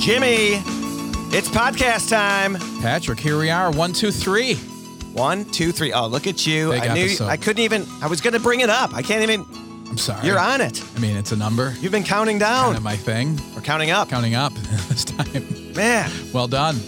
Jimmy, it's podcast time. Patrick, here we are. One, two, three. One, two, three. Oh, look at you. Big I knew episode. I couldn't even I was gonna bring it up. I can't even I'm sorry. you're on it. I mean, it's a number. You've been counting down. Kind of my thing. We're counting up. Counting up this time. Man. Well done.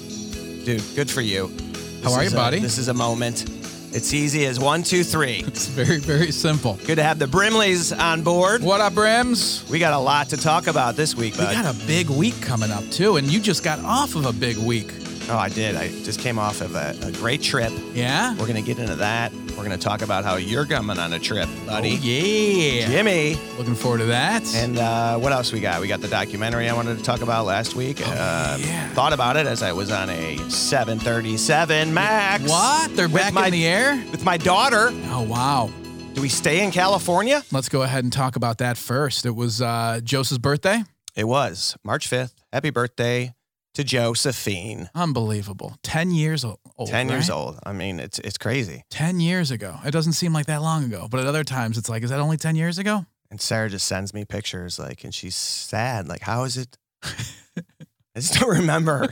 Dude, good for you. How This are you, is a- buddy? This is a moment. It's easy as one, two, three. It's very, very simple. Good to have the Brimleys on board. What up, Brims? We got a lot to talk about this week, We bud. got a big week coming up, too, and you just got off of a big week. oh, I did. I just came off of a, a great trip. Yeah? We're gonna get into that. We're gonna talk about how you're coming on a trip, Oh, buddy. yeah. Jimmy. Looking forward to that. And uh, what else we got? We got the documentary I wanted to talk about last week. uh, Oh, yeah. Thought about it as I was on a 737 Max. what? They're With back my- in the air? With my daughter. Oh, wow. Do we stay in California? Let's go ahead and talk about that first. It was uh, Joseph's birthday. It was March 5th. Happy birthday to Josephine. Unbelievable. 10 years o- old. 10 years right? old. I mean, it's it's crazy. 10 years ago. It doesn't seem like that long ago, but at other times it's like, is that only 10 years ago? And Sarah just sends me pictures, like, and she's sad. Like, how is it? I just don't remember.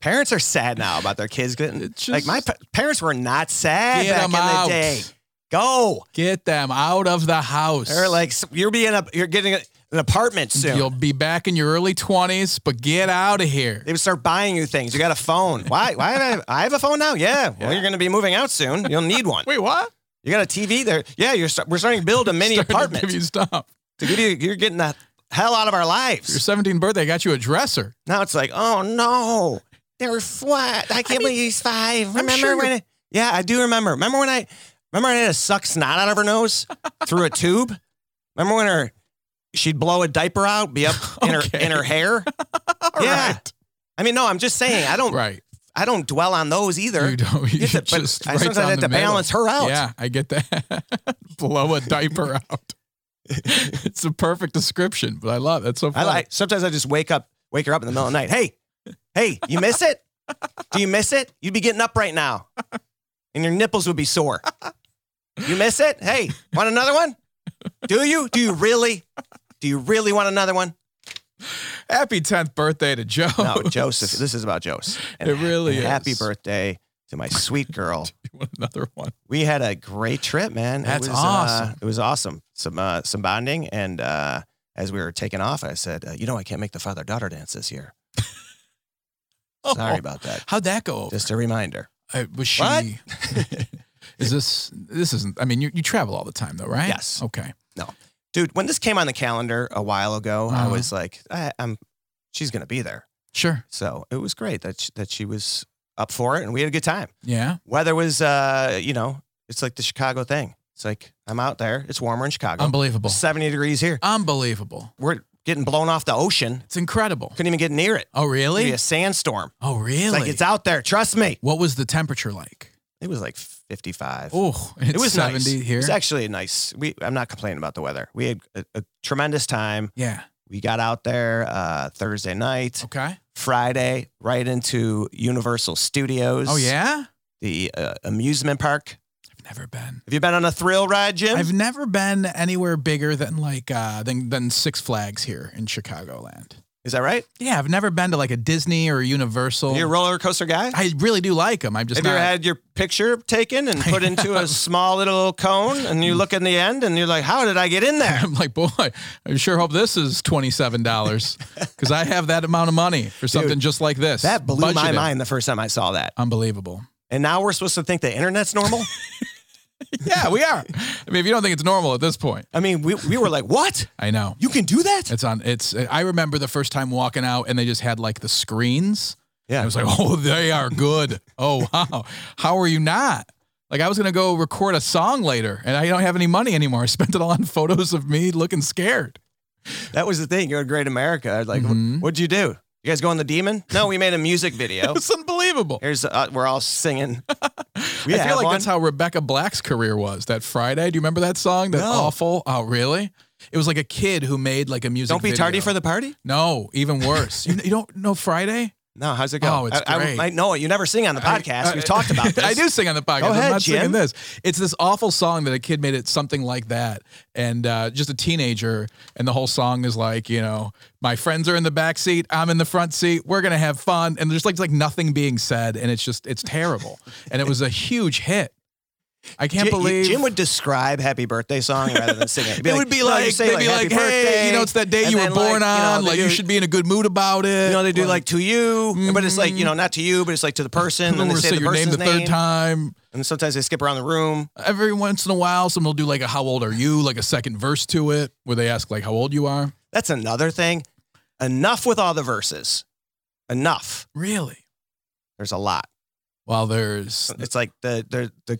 Parents are sad now about their kids getting. It like, my just- pa- parents were not sad Get back 'em in the out. day. Go. Get them out of the house. They're like, "S- you're being a, you're getting a, an apartment soon. You'll be back in your early 20s, but get out of here. they would start buying you things. You got a phone. Why? Why have I, I have a phone now? Yeah. Well, you're going to be moving out soon. You'll need one. Wait, what? You got a TV there. Yeah. You're. Start, we're starting to build a mini apartment. Give you stuff. to give you, you're getting the hell out of our Your lives. 17th birthday I got you a dresser. Now it's like, oh no, they're flat. I can't mean, believe he's five. Remember sure when? you're- I, yeah, I do remember. Remember when I? Remember when I had to suck snot out of her nose through a tube? Remember when her? She'd blow a diaper out, be up in her in her Okay. hair. yeah. Oh, right. I mean, no, I'm just saying. I don't. Right. I don't dwell on those either. You don't. You It's a- but just I right sometimes down have the to middle. balance her out. Yeah, I get that. Blow a diaper out. it's a perfect description, but I love it. That's so I funny. like. Sometimes I just wake up, wake her up in the middle of the night. Hey, hey, you miss it? Do you miss it? You'd be getting up right now, and your nipples would be sore. You miss it? Hey, want another one? Do you? Do you really? Do you really want another one? Happy 10th birthday to Joe. No, Joseph. This is about Joseph. Oh, It really and Happy is. birthday to my sweet girl. You want another one? we had a great trip, man. That's it was, Uh, awesome. it was awesome. Some uh, some bonding, and uh, as we were taking off, I said, uh, "You know, I can't make the father daughter dance this year. Oh, Sorry about that. How'd that go? over? Just a reminder." Uh, was she? What? is this? This isn't. I mean, you, you travel all the time, though, right? Yes. Okay. Dude, when this came on the calendar a while ago, I Uh-huh. was like, I, "I'm, she's gonna be there." Sure. So it was great that she, that she was up for it, and we had a good time. Yeah. Weather was, uh, you know, it's like the Chicago thing. It's like I'm out there. It's warmer in Chicago. Unbelievable. Seventy degrees here. Unbelievable. We're getting blown off the ocean. It's incredible. Couldn't even get near it. Oh, It's gonna really? be a sandstorm. Oh, really? It's like it's out there. Trust me. what was the temperature like? It was like 55. Oh, it's it was 70 nice. here. It was actually nice. We I'm not complaining about the weather. We had a, a tremendous time. yeah. We got out there uh, Thursday night, Okay. Friday, right into Universal Studios. Oh, yeah? the uh, amusement park. I've never been. Have you been on a thrill ride, Jim? I've never been anywhere bigger than like uh than than Six Flags here in Chicagoland. Is that right? Yeah, I've never been to like a Disney or a Universal. You're a roller coaster guy. I really do like them. I'm just Have you not ever had your picture taken and put into a small little cone, and you look in the end, and you're like, "How did I get in there?" I'm like, boy, I sure hope this is twenty seven dollars because I have that amount of money for something just like this. That blew my Budgeted. mind the first time I saw that. Unbelievable. And now we're supposed to think the internet's normal? Yeah, we are. I mean, if you don't think it's normal at this point, I mean, we, we were like, what? I know You can do that? it's on. It's. I remember the first time walking out and they just had like the screens. Yeah. I was like, oh, they are good. Oh wow, how are you not? Like I was gonna go record a song later, and I don't have any money anymore. I spent it all on photos of me looking scared. That was the thing. You're a great America. I was like, Mhm. what'd you do? You guys go on the demon? No, we made a music video. It's unbelievable. Here's, uh, we're all singing. We I feel have like one. that's how Rebecca Black's career was. That Friday, do you remember that song? That No. awful. Oh, really? It was like a kid who made like a music. Don't be video. tardy for the party? No, even worse. you, you don't know Friday? No, how's it go? Oh, it's I, great. I, I know it. You never sing on the podcast. I- We've talked about this. I do sing on the podcast. Go I'm ahead, not singing Jim. this. It's this awful song that a kid made it something like that, and uh, just a teenager, and the whole song is like, you know, my friends are in the back seat, I'm in the front seat, we're gonna have fun, and there's like like nothing being said, and it's just it's terrible, and it was a huge hit. I can't Jim, believe Jim would describe "Happy Birthday" song rather than sing it. It'd it would be no, you like say, they'd be "Happy like, hey, you know, it's that day and you were then, like, born you know, on, they like you do- should be in a good mood about it. You know, they do like to you, but it's like you know, not to you, but it's like to the person. And they or say the Mm-hmm. your name person's the name, third time. and sometimes they skip around the room. every once in a while someone will do like a how old are you like a second verse to it where they ask like how old you are That's another thing. Enough with all the verses. Enough. really There's a lot. well there's It's like the the the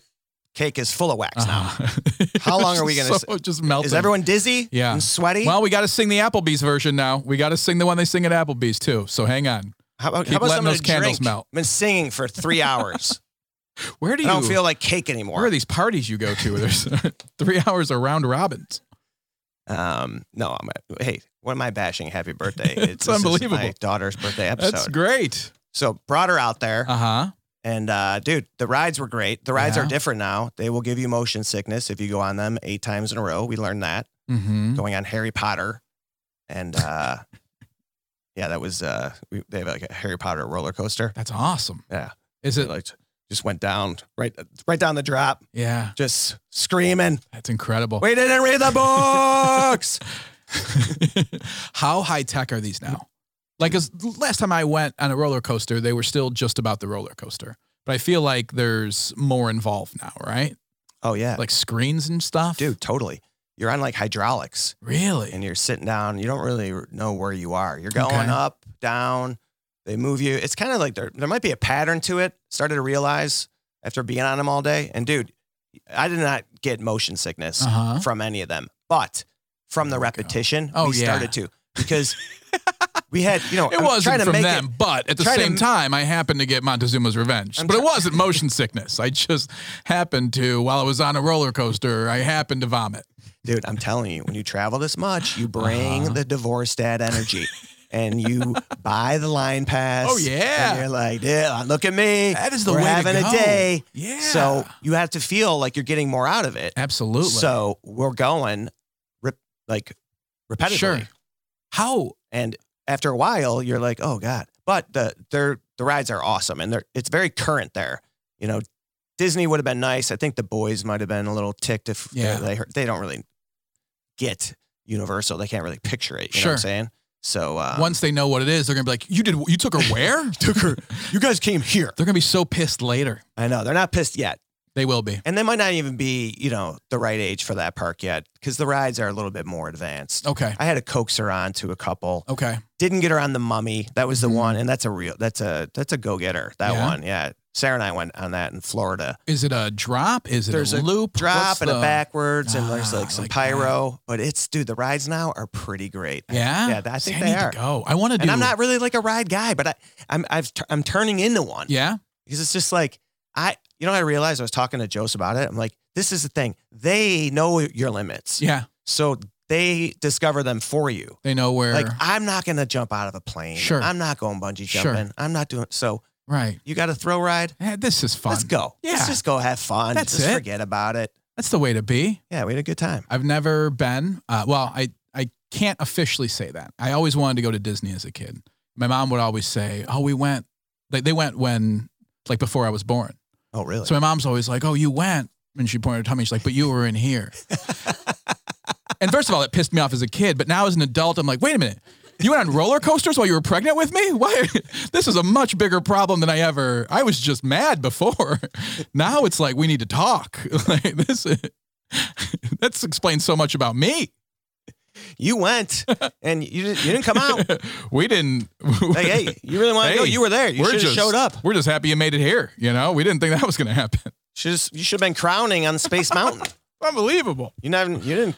cake is full of wax Oh, now. Uh-huh. How long are we gonna so, just melting Is everyone dizzy? Yeah. And sweaty? well we got to sing the applebee's version now we got to sing the one they sing at applebee's too so hang on how about, keep how about letting something those to candles drink? melt. I've been singing for three hours. where do I you don't feel like cake where are anymore. these parties you go to there's three hours of round robins Um, no, I'm hey, what am I bashing? Happy birthday. It's this is unbelievable. My daughter's birthday episode. that's great so brought her out there. uh-huh And uh, dude, the rides were great. The rides Yeah. are different now. They will give you motion sickness if you go on them eight times in a row. We learned that mm-hmm going on Harry Potter, and uh, yeah, that was uh, we, they have like a Harry Potter roller coaster. that's awesome Yeah. is It it like just went down right right down the drop, yeah just screaming. that's incredible We didn't read the books. How high tech are these now? Like, 'cause last time I went on a roller coaster, they were still just about the roller coaster. But I feel like there's more involved now, right? oh yeah, Like screens and stuff. dude, totally. You're on like hydraulics, really? and you're sitting down. You don't really know where you are. You're going Okay. up, down. They move you. It's kind of like there there might be a pattern to it. Started to realize after being on them all day. And dude, I did not get motion sickness. Uh huh. from any of them, but from the Oh, God. repetition, Oh, we yeah. started to because we had, you know, It Oh, I'm trying wasn't to from make them, it. but at the trying to same m- time, I happened to get Montezuma's Revenge. I'm but it try- wasn't motion sickness. I just happened to, while I was on a roller coaster, I happened to vomit. Dude, I'm telling you, when you travel this much, you bring Uh-huh. the divorce dad energy and you buy the line pass. Oh, yeah. And you're like, yeah, look at me. That is the We're way to having go. a day. Yeah. So you have to feel like you're getting more out of it. absolutely. So we're going rep- like repetitively. sure. How? And after a while, you're like, oh god. But the their the rides are awesome, and they're it's very current there. You know, Disney would have been nice. I think the boys might have been a little ticked if Yeah. they heard, they don't really get Universal. They can't really picture it. You know what Sure. I'm saying? So uh, Once they know what it is, they're gonna be like, "You did? You took her where? took her? you guys came here. They're gonna be so pissed later. I know they're not pissed yet, They will be. and they might not even be you know the right age for that park yet because the rides are a little bit more advanced. Okay. I had to coax her on to a couple. Okay. didn't get her on the mummy. That was the Mhm. one, and that's a real that's a that's a go getter. That Yeah? one, yeah. Sarah and I went on that in Florida. Is it a drop? Is it There's a a loop? Drop What's and the- a backwards, and there's Ah, I like some like that. pyro. But it's dude, the rides now are pretty great. Yeah. Yeah, I think See, they need to are. go. I want to do. And I'm not really like a ride guy, but I I'm I've t- I'm turning into one Yeah. because it's just like I you know I realized I was talking to Jose about it. I'm like, this is the thing. They know your limits, Yeah. so they discover them for you. They know where. Like I'm not gonna jump out of a plane. Sure. I'm not going bungee Sure. jumping. I'm not doing so. right. You got a throw ride? Eh, this is fun. Let's go. Yeah. Let's just go have fun. That's just it. forget about it. That's the way to be. Yeah, we had a good time. I've never been. Uh, well, I I can't officially say that. I always wanted to go to Disney as a kid. My mom would always say, "Oh, we went." Like they went when, like before I was born. Oh, really? So my mom's always like, "Oh, you went," and she pointed her tummy. She's like, "But you were in here." and first of all, it pissed me off as a kid, but now as an adult, I'm like, "Wait a minute, you went on roller coasters while you were pregnant with me? Why? This is a much bigger problem than I ever. I was just mad before. now it's like we need to talk. like this." That's explained so much about me. you went and you didn't, you didn't come out. we didn't. like, hey, you really want to go? Hey, You were there. You we're should have just- showed up. We're just happy you made it here. You know, we didn't think that was going to happen. Should've, you should have been crowning on Space Mountain. Unbelievable. You never, you didn't.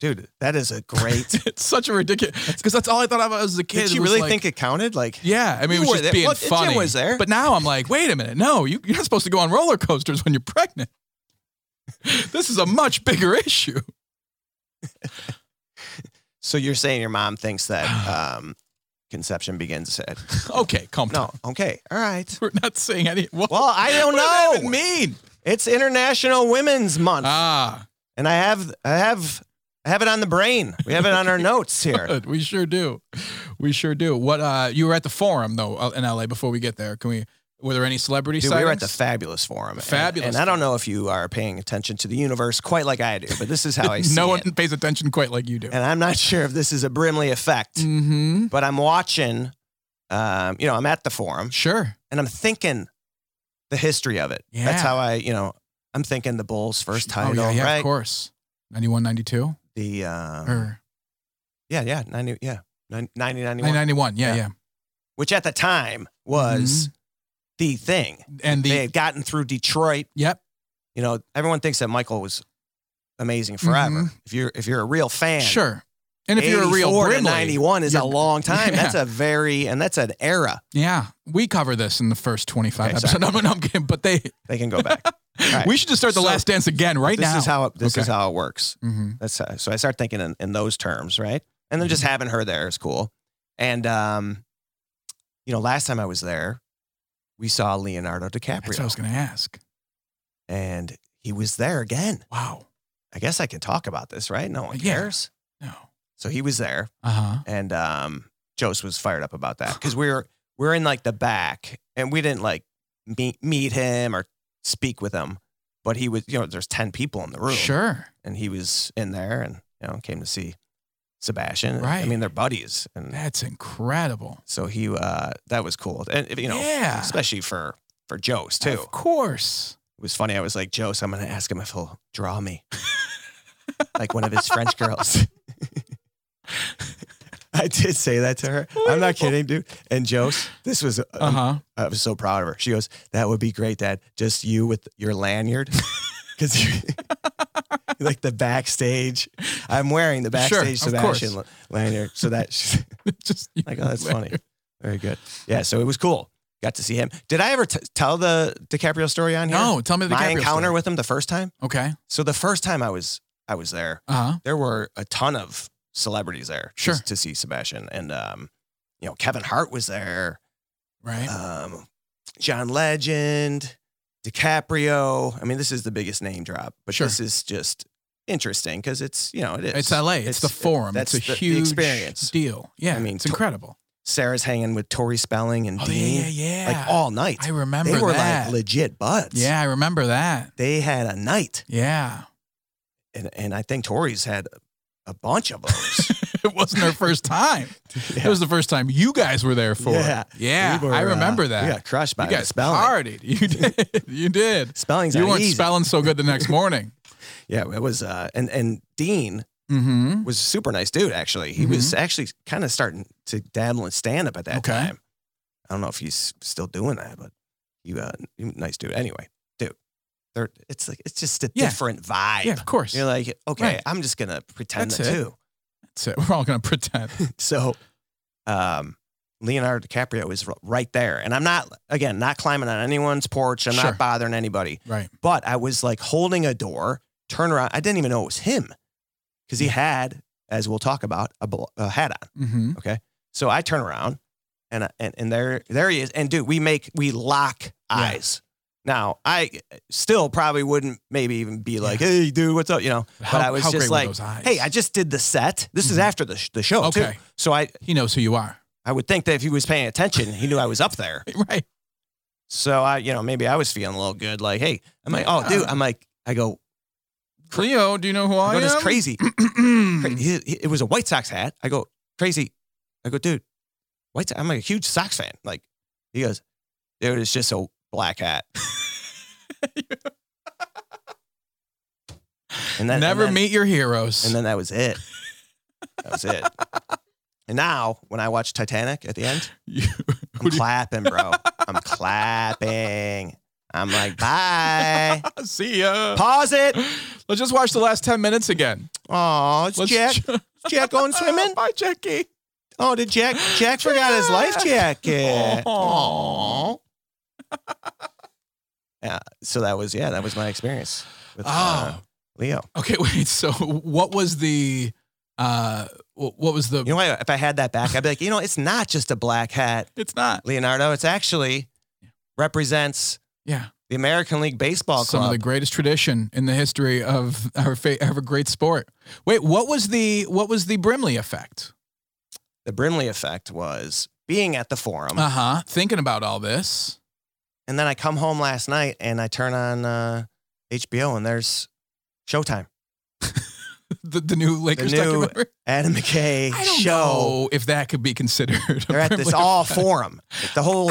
Dude, that is a great. it's such a ridiculous because that's all I thought about as a kid. Did It you was really like- think it counted? Like, Yeah, I You mean, it was were just there. being Look, Jim funny. was there. But now I'm like, wait a minute, no, you, you're not supposed to go on roller coasters when you're pregnant. this is a much bigger issue. so you're saying your mom thinks that um, conception begins at. Okay, calm down. No, okay, all right. We're not saying any. What, Well, I don't what does that know. even mean? It's International Women's Month, Ah, and I have I have I have it on the brain. We have it on our notes here. good. we sure do. We sure do. What? Uh, you were at the forum though uh, in LA before we get there. Can we? Were there any celebrity? Dude, we were at the sightings? Fabulous Forum. and- Fabulous And, I don't know if you are paying attention to the universe quite like I do, but this is how I see no it. one pays attention quite like you do. And I'm not sure if this is a Brimley effect, Mm-hmm. but I'm watching. Um, you know, I'm at the forum Sure. and I'm thinking the history of it. Yeah. That's how I, you know, I'm thinking the Bulls' first Oh title, yeah, yeah, right? of course. 91, 92? The um, or yeah, yeah, ninety, yeah, Nin- 90, 91. 91. Yeah, yeah. Yeah. which at the time was the thing. And Mm-hmm. the they had gotten through Detroit. yep. You know, everyone thinks that Michael was amazing forever. Mhm. If you're if you're a real fan, Sure. And if you're a real 84 to Brimley, 91 is a you're- long time. Yeah. That's a very and that's an era. yeah, we cover this in the first 25 Okay, episodes. No, no, I'm kidding. But they, They can go back. right. we should just start the So, last dance again right this now. is how it, this is Okay. how it works. Mhm. That's how, so I start thinking in, in those terms, right? And then just Mm-hmm. having her there is cool. And um, you know, last time I was there, we saw Leonardo That's what I DiCaprio, was going to ask. and he was there again. Wow. I guess I can talk about this, right? No one Yeah. cares. No. So he was there, Uh huh. and um, Jose was fired up about that because we were we were in like the back, and we didn't like meet meet him or speak with him, but he was you know there's ten people in the room, Sure. and he was in there, and you know came to see Sebastian. I Right. mean they're buddies, and That's incredible. so he uh, that was cool, and you know yeah. especially for for Jose too. Of course. It was funny. I was like Jose, I'm gonna ask him if he'll draw me, like one of his French girls. I did say that to her. I'm not kidding, dude. And Jose, this was um, Uh huh. I was so proud of her. She goes, "That would be great, Dad. Just you with your lanyard, because like the backstage. I'm wearing the Sure, backstage of course. Sebastian la- lanyard, so that she's just like, oh, that's funny. Very good. Yeah. So it was cool. Got to see him. Did I ever t- tell the DiCaprio story on here? No, tell me the my DiCaprio encounter story. with him the first time. Okay. So the first time I was I was there, Uh huh. there were a ton of celebrities there Sure. to, to see Sebastian, and um, you know Kevin Hart was there, Right. um, John Legend, DiCaprio. I mean, this is the biggest name drop, but Sure. this is just interesting because it's you know it is. it's LA. It's, the it's- forum. that's it's a the- the huge experience. deal. Yeah. I mean, it's to- incredible. Sarah's hanging with Tori Spelling and Oh, Dean yeah, yeah, yeah. like all night. I remember they were that. like legit buds. yeah, I remember that. they had a night, Yeah. and and I think Tori's had a bunch of those. It wasn't her first time. Yeah. It was the first time you guys were there for. it. Yeah. Yeah. We were, I uh, remember We that. got crushed by You the guys spelling. partied. You did. You did. Spelling's You not weren't easy. spelling so good the next morning. Yeah, it was. Uh, and and Dean Mm-hmm. was a super nice dude. Actually, he was actually kind of starting to dabble in stand up at that Okay. time. I don't know if he's still doing that, but he uh, he was a nice dude. Anyway, dude, they're, it's like it's just a Yeah. different vibe. Yeah, of course. You're like, okay, Right. I'm just gonna pretend that That's it. too. That's it. We're all gonna pretend. So, um, Leonardo DiCaprio was r- right there, and I'm not again not climbing on anyone's porch. I'm Sure. not bothering anybody. right. but I was like holding a door, turn around. I didn't even know it was him because he had, as we'll talk about, a, bl- a hat on. Mm-hmm. So I turn around and, I- and, and there, there he is. And dude, we make, we lock Yeah. eyes. Now I uh, still probably wouldn't maybe even be like, Hey dude, what's up? You know, How, but I was how just great like, were those eyes? Hey, I just did the set. This is Mhm. after the, sh- the show okay. too. So I, He knows who you are. I would think that if he was paying attention, he knew I was up there. Right. So I, you know, maybe I was feeling a little good. Like, Hey, I'm like, Oh dude, I'm like, I go, Cleo, do you know who I, I go, am? this crazy. Cra- he, he- it was a White Sox hat. I go crazy. I go, dude, White. Sox, I'm like a huge Sox fan. Like he goes, dude, it's just a black hat. and then and Never then- meet your heroes. And then that was it. That was it. and now when I watch Titanic at the end, You- I'm Who do you- clapping, bro. I'm clapping. I'm like, bye. see ya. Pause it. Let's just watch the last ten minutes again. Oh, it's Let's Jack. ch- Jack going swimming. Bye, Jackie. Oh, did Jack? Jack forgot his life jacket. Aw. Aw. Yeah. So that was yeah, that was my experience with Oh, uh, Leo. okay. Wait. So, what was the? Uh, wh- what was the? You know why? If I had that back, I'd be like, you know, it's not just a black hat, it's not. Leonardo. It's actually represents Yeah, the American League Baseball some of Club. the greatest tradition in the history of our fa- our great sport. Wait, what was the what was the Brimley effect? the Brimley effect was being at the forum. Uh huh. Thinking about all this. And then I come home last night and I turn on uh, HBO and there's Showtime. the, the new Lakers new- documentary. Adam McKay I don't show. know if that could be considered. a They're at this privilege. all forum. The whole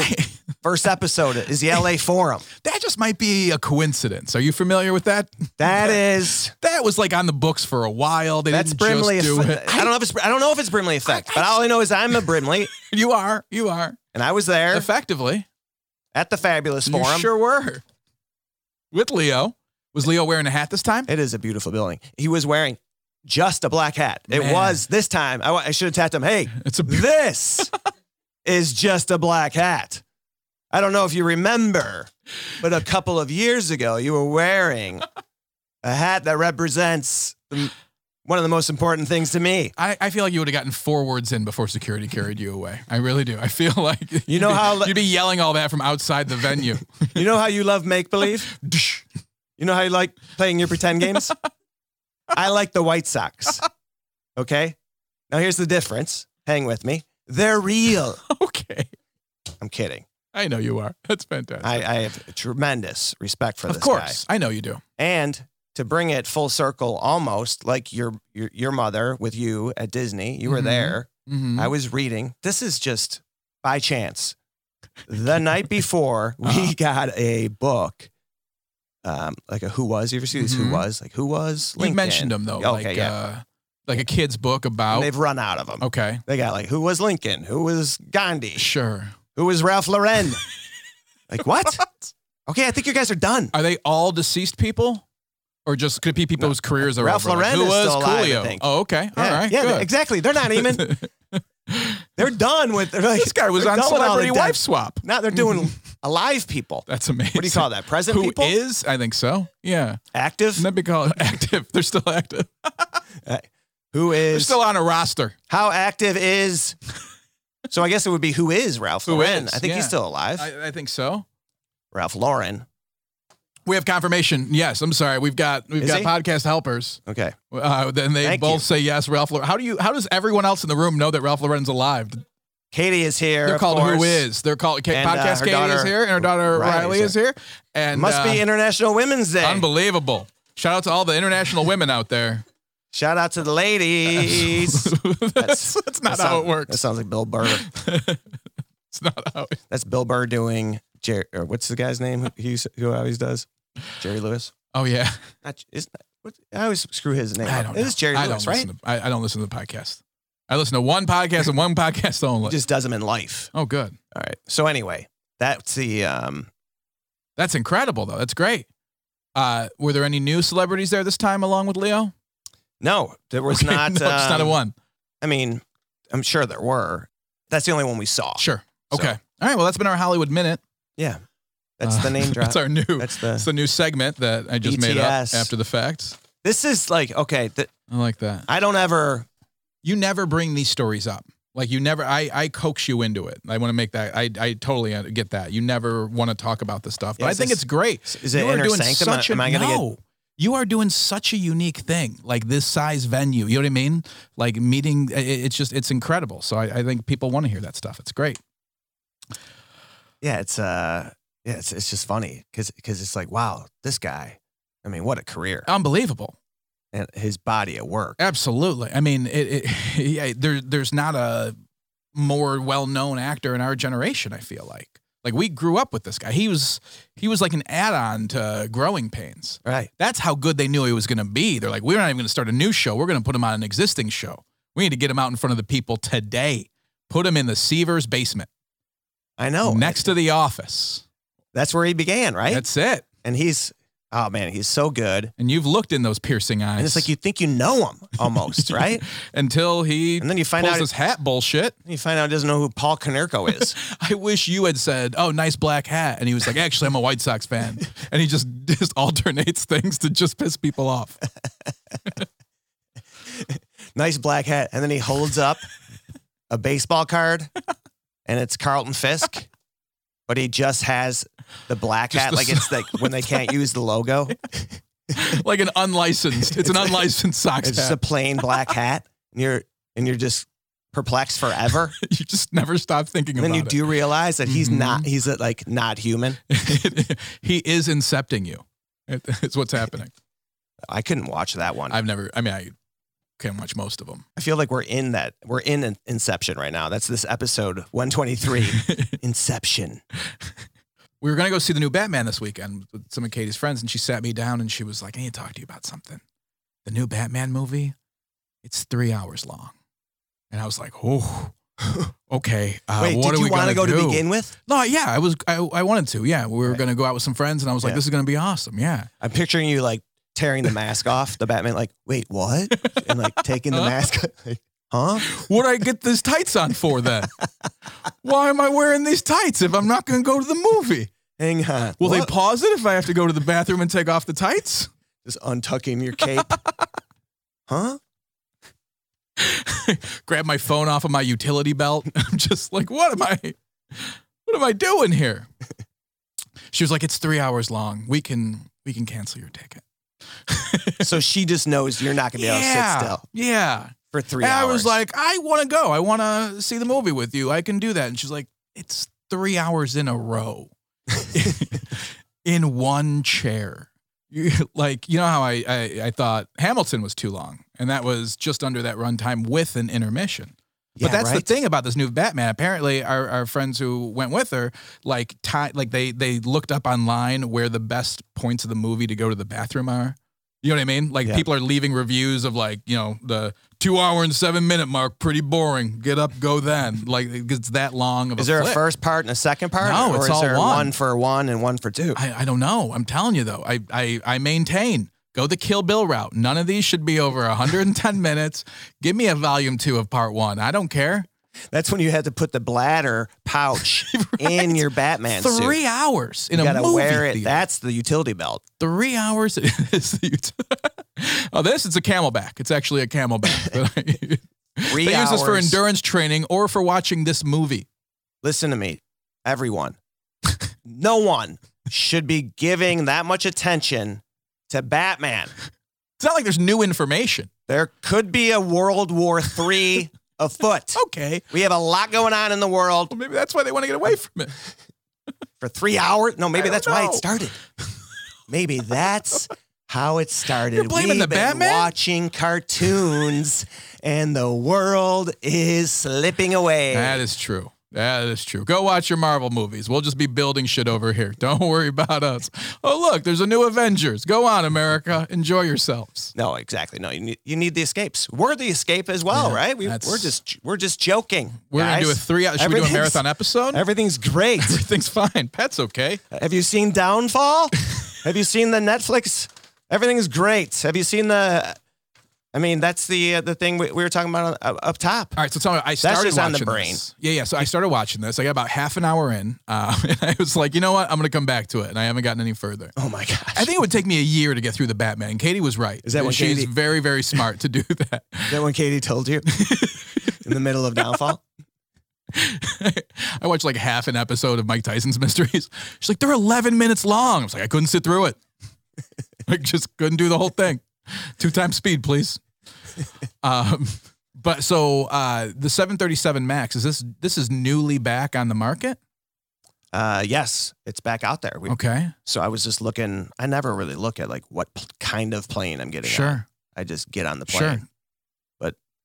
first episode is the LA forum. That just might be a coincidence. Are you familiar with that? That is That was like on the books for a while. They that's didn't Brimley. just do effect. it. I don't know if it's I don't know if it's Brimley effect, but all I know is I'm a Brimley You are. You are. and I was there Effectively. at the fabulous You forum. sure were. With Leo. Was Leo wearing a hat this time? It is a beautiful building. He was wearing just a black hat. It Man. was this time. I, wa- I should have tapped him. Hey, It's a beautiful. this is just a black hat. I don't know if you remember, but a couple of years ago, you were wearing a hat that represents the, one of the most important things to me. I, I feel like you would have gotten four words in before security carried you away. I really do. I feel like you'd know be- how- you'd be yelling all that from outside the venue. You know how you love make believe? You know how you like playing your pretend games? I like the White Sox. Okay? Now here's the difference. Hang with me. They're real. okay. I'm kidding. I know you are. That's fantastic. I, I have tremendous respect for of this guy. course. I know you do. And to bring it full circle, almost like your your, your mother with you at Disney, you were Mhm. there. Mhm. I was reading. This is just by chance. The night before, we Uh-huh. got a book, um, like a Who Was. You ever see these Mhm. Who Was? Like Who Was? You mentioned them though, Okay, like yeah. uh, like a kid's book And about. they've run out of them. Okay, They got like Who Was Lincoln? Who Was Gandhi? sure. Who Was Ralph Lauren? like what? Okay, I think you guys are done. Are they all deceased people, or just could it be people No. whose careers are Ralph over? Like, Lauren who is was still alive, I Coolio? think. Oh, okay, Yeah, all right, yeah, good. exactly. They're not even. They're done with. They're like, this guy was they're on done with all the Celebrity dead Wife Swap. Now they're doing alive people. That's amazing. What do you call that? Present Mm-hmm. Who people? is? I think so. Yeah, Active? and that'd be called active. They're still active. Who They're is? still on a roster. how active is? So I guess it would be who is Ralph Who Lauren? is, I think yeah. he's still alive. I, I think so. Ralph Lauren. We have confirmation. Yes, I'm sorry. We've got we've Is got he? podcast helpers. Okay. Uh, then they Thank both you. say yes, Ralph. Lauren. How do you? How does everyone else in the room know that Ralph Lauren's alive? Katie is here. They're of called course. Who Is. They're called Ka- And, uh, podcast. her Katie is daughter here, and her daughter Riley's Riley is here. And Must uh, be International Women's Day. unbelievable. Shout out to all the international women out there. Shout out to the ladies. that's, that's That not how sound- That it works. sounds like Bill Burr. It's not how. It, That's Bill Burr doing. Jerry, or what's the guy's name? Who, he's, who always does? Jerry Lewis. oh yeah, Not, is what, I always screw his name. I up. don't. It know. is Jerry I Lewis, don't right? listen to- I, I don't listen to the podcast. I listen to one podcast and one podcast only. He just does them in life. oh, good. All right. So anyway, that's the um That's incredible, though. That's great. Uh, were there any new celebrities there this time, along with Leo? no, there was Okay, not no, just not a um, one. I mean, I'm sure there were. That's the only one we saw. Sure. So- Okay. All right. Well, that's been our Hollywood minute. Yeah. That's Uh, the name drop. That's our new. That's the That's the new segment that I just made up BTS. after the fact. This is like okay, th- I like that. I don't ever You never bring these stories up. Like you never. I I coax you into it. I want to make that. I I totally uh, get that. You never want to talk about the stuff, but Yeah, I is think this- it's great. is it you are inner doing sanctum? such a Am I going to no. You are doing such a unique thing, like this size venue. You know what I mean? Like meeting, i- i- it's just it's incredible. So I, I think people want to hear that stuff. It's great. get Yeah, it's uh yeah, it's it's just funny cuz cuz it's like wow, this guy. I mean, what a career. Oh. Unbelievable. And his body at work. Absolutely. I mean, it, it yeah, there there's not a more well-known actor in our generation, I feel like. Like we grew up with this guy. He was he was like an add-on to Growing Pains. Right. That's how good they knew he was going to be. They're like, we're not even going to start a new show. We're going to put him on an existing show. We need to get him out in front of the people today. Put him in the Seavers basement I know. next to the office. That's where he began, Oh, right? That's it. and he's oh man, he's so good. And you've looked in those piercing eyes. And it's like you think you know him almost, right? until he And then you find pulls out his hat bullshit. You find out he doesn't know who Paul Konerko is. I wish you had said, "Oh, nice black hat," and he was like, "Actually, I'm a White Sox fan," and he just just alternates things to just piss people off. nice black hat. And then he holds up a baseball card and it's Carlton Fisk, but he just has the black Just hat. the like it's like when they can't use the logo, like an unlicensed. It's an unlicensed it's socks just hat. a plain black hat. And you're, and you're just perplexed forever. you just never stop thinking And then about you it. do realize that he's Mhm. not, he's uh, like not human. he is incepting you. It- It's what's happening. I couldn't watch that one. I've never. I mean, I can't watch most of them. I feel like we're in that. We're in an Inception right now. That's this episode 123. Inception. we were gonna go see the new Batman this weekend with some of Katie's friends, and she sat me down and she was like, "I need to talk to you about something. The new Batman movie. It's three hours long." And I was like, "Oh, okay. Uh, Wait, what did are you we want to gonna go do? to begin with? No, yeah, I was. I, I wanted to. Yeah, we were Right. gonna go out with some friends, and I was like, Yeah. "This is gonna be awesome." Yeah. I'm picturing you like tearing the mask off the Batman, like, wait, what? And like taking the Huh? mask. like, huh? what I get these tights on for then? Why am I wearing these tights if I'm not going to go to the movie? Hang on. Will What? they pause it if I have to go to the bathroom and take off the tights? just untucking your cape? huh? Grab my phone off of my utility belt. I'm just like, what am I? What am I doing here? She was like, it's three hours long. We can we can cancel your ticket. So she just knows you're not gonna be able to sit still yeah. for three and hours. I was like, I want to go. I want to see the movie with you. I can do that. And she's like, it's three hours in a row in one chair. You- like, you know how I, I, I thought Hamilton was too long, and that was just under that runtime with an intermission. Yeah, but that's right? the thing about this new Batman. Apparently, our, our friends who went with her, like, ti like they they looked up online where the best points of the movie to go to the bathroom are. You know what I mean? Like Yeah. people are leaving reviews of like you know the two hour and seven minute mark, pretty boring. Get up, go then. Like it's that long of a. Is there a flick. first part and a second part? No, or it's is all there one. for one and one for two? I, I don't know. I'm telling you though. I I, I maintain go the Kill Bill route. None of these should be over 110 minutes. Give me a volume two of part one. I don't care. That's when you had to put the bladder pouch in your Batman suit. Three hours in you a gotta movie wear it. theater. That's the utility belt. three hours is the ut- oh this it's a camelback it's actually a camelback But I- Three they use hours. this for endurance training or for watching this movie Listen to me, everyone. no one should be giving that much attention to Batman. it's not like there's new information There could be a World War III afoot. okay We have a lot going on in the world well maybe that's why they want to get away from it for three hours. No, maybe I don't that's why know. it started. Maybe that's how it started. You're blaming We've the been Batman? watching cartoons, and the world is slipping away. that is true that is true go watch your marvel movies we'll just be building shit over here don't worry about us oh look there's a new avengers go on america enjoy yourselves No, exactly. No, you need, you need the escapes. We're the escape as well, Yeah, right? We, that's- we're just we're just joking. we're gonna guys. do a three hour should we do a Everything's- marathon episode Everything's great. everything's fine pets okay Have you seen Downfall? Have you seen the Netflix? Everything's great. Have you seen the? I mean, that's the uh, the thing we, we were talking about uh, up top. All right, so tell me, I started just watching on the brain. this. Yeah, yeah. So I started watching this. I got about half an hour in, uh, and I was like, you know what? I'm going to come back to it, and I haven't gotten any further. Oh my gosh! I think it would take me a year to get through the Batman. And Katie was right. Is that when she's Katie- very, very smart to do that? Is that when Katie told you in the middle of Downfall? I watched like half an episode of Mike Tyson's Mysteries. She's like, they're 11 minutes long. I was like, I couldn't sit through it. I just couldn't do the whole thing. Two times speed, please. Um, but so uh, the 737 Max is this? This is newly back on the market. Uh, yes, it's back out there. We, Okay, So I was just looking. I never really look at like what pl- kind of plane I'm getting. on. sure, I just get on the plane. sure.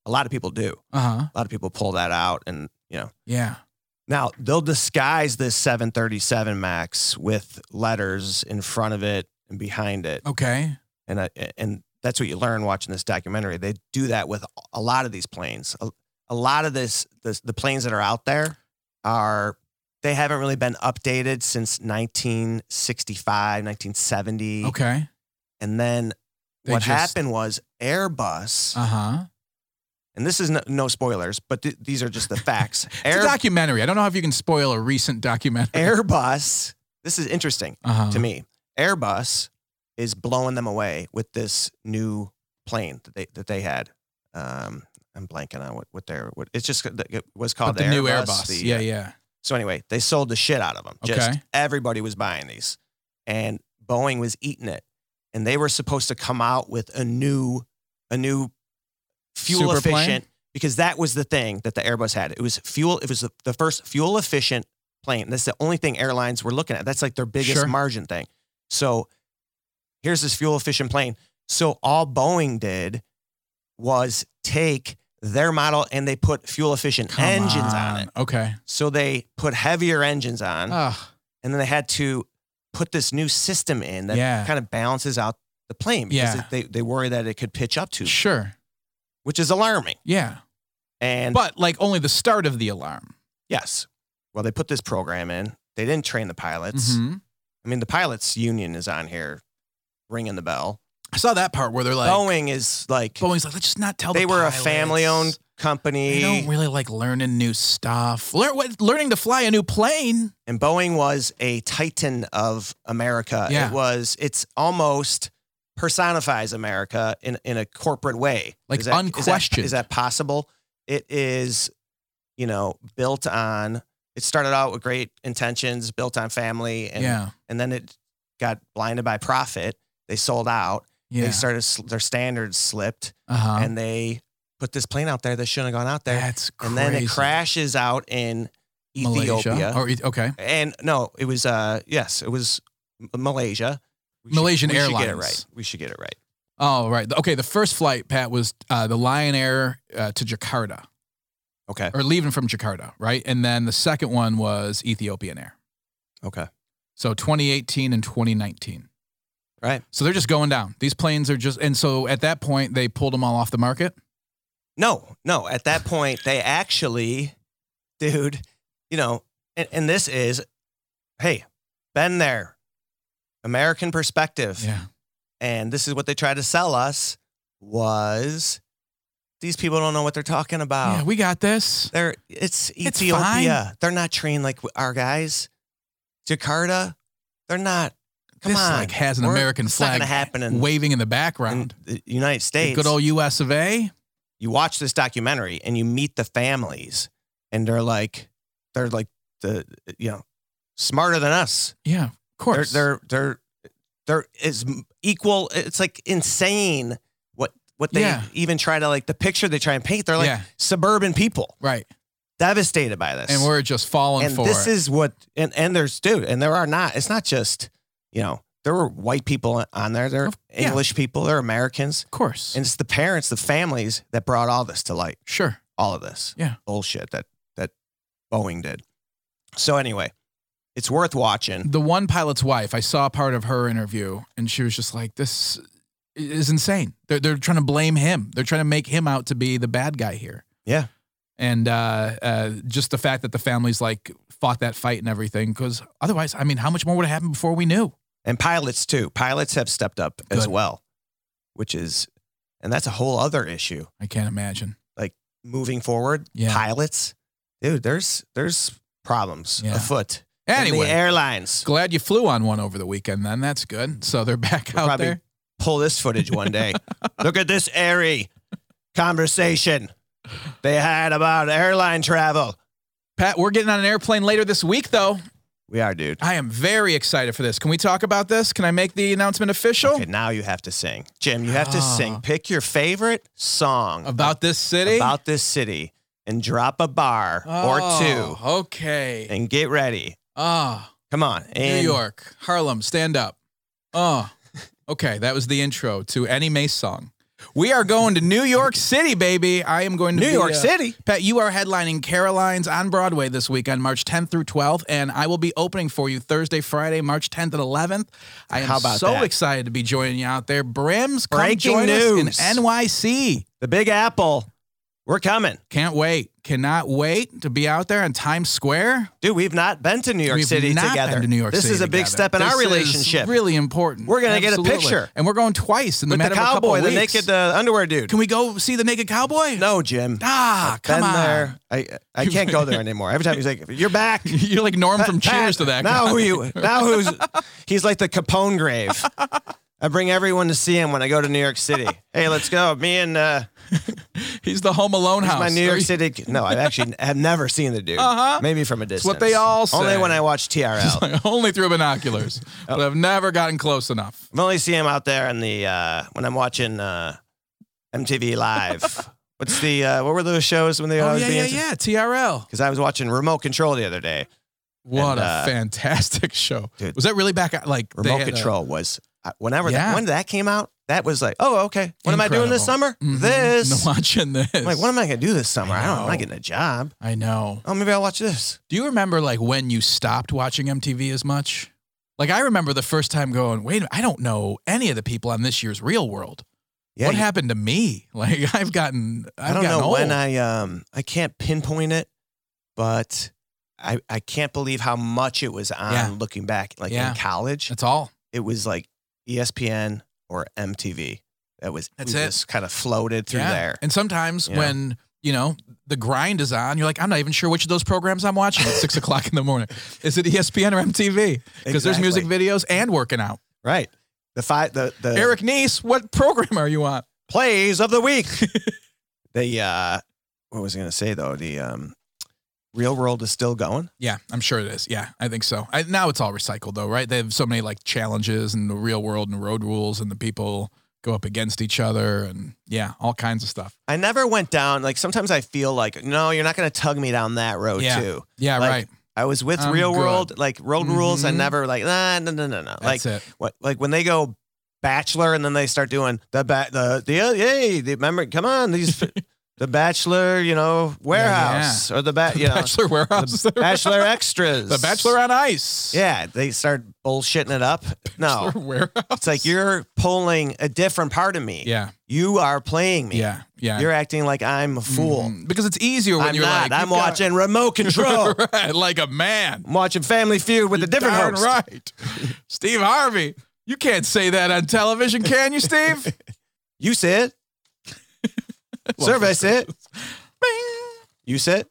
A lot of people do. Uh huh. A lot of people pull that out and you know. Yeah. Now they'll disguise this 737 Max with letters in front of it and behind it, Okay. and I, and that's what you learn watching this documentary. They do that with a lot of these planes. A, a lot of this, this the planes that are out there are they haven't really been updated since 1965, 1970, Okay. and then They what just- happened was Airbus, Uh huh. and this is no, no spoilers, but th- these are just the facts. It's a Air- documentary. I don't know if you can spoil a recent documentary. Airbus, this is interesting. uh-huh. to me. Airbus is blowing them away with this new plane that they that they had. um, I'm blanking on what what their what it's just it was called But the new Airbus, Airbus. the, uh, yeah, yeah. So anyway, they sold the shit out of them. Just Okay. everybody was buying these, and Boeing was eating it. And they were supposed to come out with a new, a new fuel Super plane? efficient because that was the thing that the Airbus had. It was fuel. It was the, the first fuel efficient plane. That's the only thing airlines were looking at. That's like their biggest Sure. margin thing. So here's this fuel efficient plane. So all Boeing did was take their model and they put fuel efficient Come engines on it. Okay. So they put heavier engines on, Ah, and then they had to put this new system in that Yeah. kind of balances out the plane because Yeah. they, they worry that it could pitch up to, sure. which is alarming. Yeah. And But like only the start of the alarm. yes, well, they put this program in. They didn't train the pilots. Mhm. I mean, the pilots union is on here ringing the bell. I saw that part where they're like, Boeing is like, Boeing's like, let's just not tell. they the were pilots. a family owned They don't company, really like learning new stuff. Learn what learning to fly a new plane. and Boeing was a titan of America. Yeah. It was, it's almost personifies America in, in a corporate way. Like Is that- is that- unquestioned. Is that possible? It is, you know, built on. It started out with great intentions, built on family, and yeah. and then it got blinded by profit. They sold out. Yeah. They started sl- their standards slipped, Uh huh. and they put this plane out there that shouldn't have gone out there. That's and crazy. then it crashes out in Malaysia. Ethiopia. Or, e- okay. And no, it was uh yes, it was M- Malaysia. We should- Malaysian we Should get it Airlines. right. We should get it right. Oh right. Okay. The first flight, Pat, was uh, the Lion Air uh, to Jakarta, Okay. or leaving from Jakarta, right? And then the second one was Ethiopian Air. Okay. So 2018 and 2019. Right. So they're just going down. These planes are just, and so at that point they pulled them all off the market. No, no. At that point, they actually, dude, you know, and, and this is, hey, been there, American perspective, Yeah. and this is what they tried to sell us was these people don't know what they're talking about. Yeah, we got this. they're it's It's Ethiopia. they're not trained like our guys. Jakarta, they're not. Come this on, like has an We're- American it's not flag gonna happen in- waving in the in background. the United The States. good old U.S. of A. you watch this documentary and you meet the families and they're like they're like the you know smarter than us Yeah, of they're course. they're they're they're is equal it's like insane what what they Yeah. even try to like the picture they try and paint they're like yeah, suburban people right. devastated by this And we're just falling and for this it. is what and and there's dude and there are not it's not just you know there were white people on there there are Of- yeah. english people there are americans of course. and it's the parents the families that brought all this to light sure. all of this Yeah. bullshit that that Boeing did. So anyway, it's worth watching. The one pilot's wife, I saw part of her interview, and she was just like, "This is insane." They're they're trying to blame him. They're trying to make him out to be the bad guy here. Yeah. And uh, uh, just the fact that the families like fought that fight and everything, because otherwise, I mean, how much more would have happened before we knew? And pilots too. Pilots have stepped up as Good. well, which is and that's a whole other issue. I can't imagine. Moving forward, Yeah. pilots, dude, there's there's problems Yeah. afoot. Anyway, and the airlines Glad you flew on one over the weekend. Then that's good. So they're back We'll out probably- there. pull this footage one day. Look at this airy conversation they had about airline travel. Pat, we're getting on an airplane later this week, though. We are, dude. I am very excited for this. Can we talk about this? Can I make the announcement official Okay, now you have to sing. Jim, you have to Ah. sing. Pick your favorite song about this city? about this city and drop a bar or two Oh, Okay. and get ready. Ah, Come on. And New York, Harlem, stand up. Oh, okay. That was the intro to any Mace song. We are going to New York City, baby. I am going to New be, York uh, City. Pat, you are headlining Caroline's on Broadway this week on March 10th through 12th, and I will be opening for you Thursday, Friday, March 10th and 11th. I am How about so that? excited to be joining you out there. Brims, come Breaking join news. us in NYC. The Big Apple. We're coming. Can't wait. Cannot wait to be out there on Times Square. Dude, we've not been to New York We've City not together. been to New York this City is a big together. step in our This is relationship. really important. We're gonna get a Absolutely. picture. And we're going twice in the With the matter of a couple cowboy, the of weeks. naked uh, underwear dude. Can we go see the naked cowboy? No, Jim. Ah, come Been on. there. I I can't go there anymore. Every time he's like, "You're back." You're like Norm from Pat, Cheers to that Now guy. who you? Now who's? He's like the Capone grave. I bring everyone to see him when I go to New York City. Hey, let's go. Me and uh, He's the Home Alone He's house. my New York City. kid. No, I've actually have never seen the dude. Oh, Uh-huh. Maybe from a distance. what they all say. Only when I watch TRL. Only through binoculars, but I've never gotten close enough. I only see him out there in the uh, when I'm watching uh, MTV Live. What's the uh, what were those shows when they Oh always yeah, be yeah, yeah. TRL. Because I was watching Remote Control the other day. What And, a uh, fantastic show. dude, was that really back at like they Remote had a- Control was uh, whenever that, Yeah. when that came out. That was like, oh okay, what am I doing this Incredible. summer? Mhm. This. No, watching this. I'm like, what am I gonna do this summer? I, don't. know. I'm know. not getting a job. I know. Oh, maybe I'll watch this. Do you remember like when you stopped watching MTV as much? Like I remember the first time going, wait, a minute, I don't know any of the people on this year's Real World. Yeah, what you- happened to me? Like I've gotten, I've I don't gotten know old. when I um I can't pinpoint it, but I I can't believe how much it was on Yeah. looking back. Like Yeah. in college, That's all. it was like E ESPN or MTV. That was That's we it. Just kind of floated through Yeah. there. And sometimes Yeah. when you know the grind is on, you're like, I'm not even sure which of those programs I'm watching at six o'clock in the morning. Is it E ESPN or MTV? Because there's music Exactly. videos and working out. right? The five the the Eric Neese, what program are you on? plays of the week. the uh, what was I gonna say though? The um, real world is still going. Yeah, I'm sure it is. Yeah, I think so. I, now it's all recycled though, right? They have so many like challenges and the real world and road rules and the people go up against each other and yeah, all kinds of stuff. I never went down. Like sometimes I feel like no, you're not gonna tug me down that road Yeah. too. Yeah, Like, right. I was with I'm Real good. World, like Road Rules. I Mhm. never like nah, no no no no. Like That's it. what like when they go Bachelor and then they start doing the ba- the the uh, yay the remember come on these the Bachelor you know warehouse or the ba- you know Bachelor warehouse. the Bachelor extras the Bachelor on Ice. Yeah, they start bullshitting it up. No, Bachelor warehouse. it's like you're pulling a different part of me. Yeah. You are playing me. Yeah. Yeah. You're acting like I'm a fool. Mhm. Because it's easier when I'm you're not. like I'm you've got- watching remote control. right, like a man. I'm watching Family Feud with a different Darn host. right. Steve Harvey. You can't say that on television, can you, Steve? You said. Survey said. Bing. You said.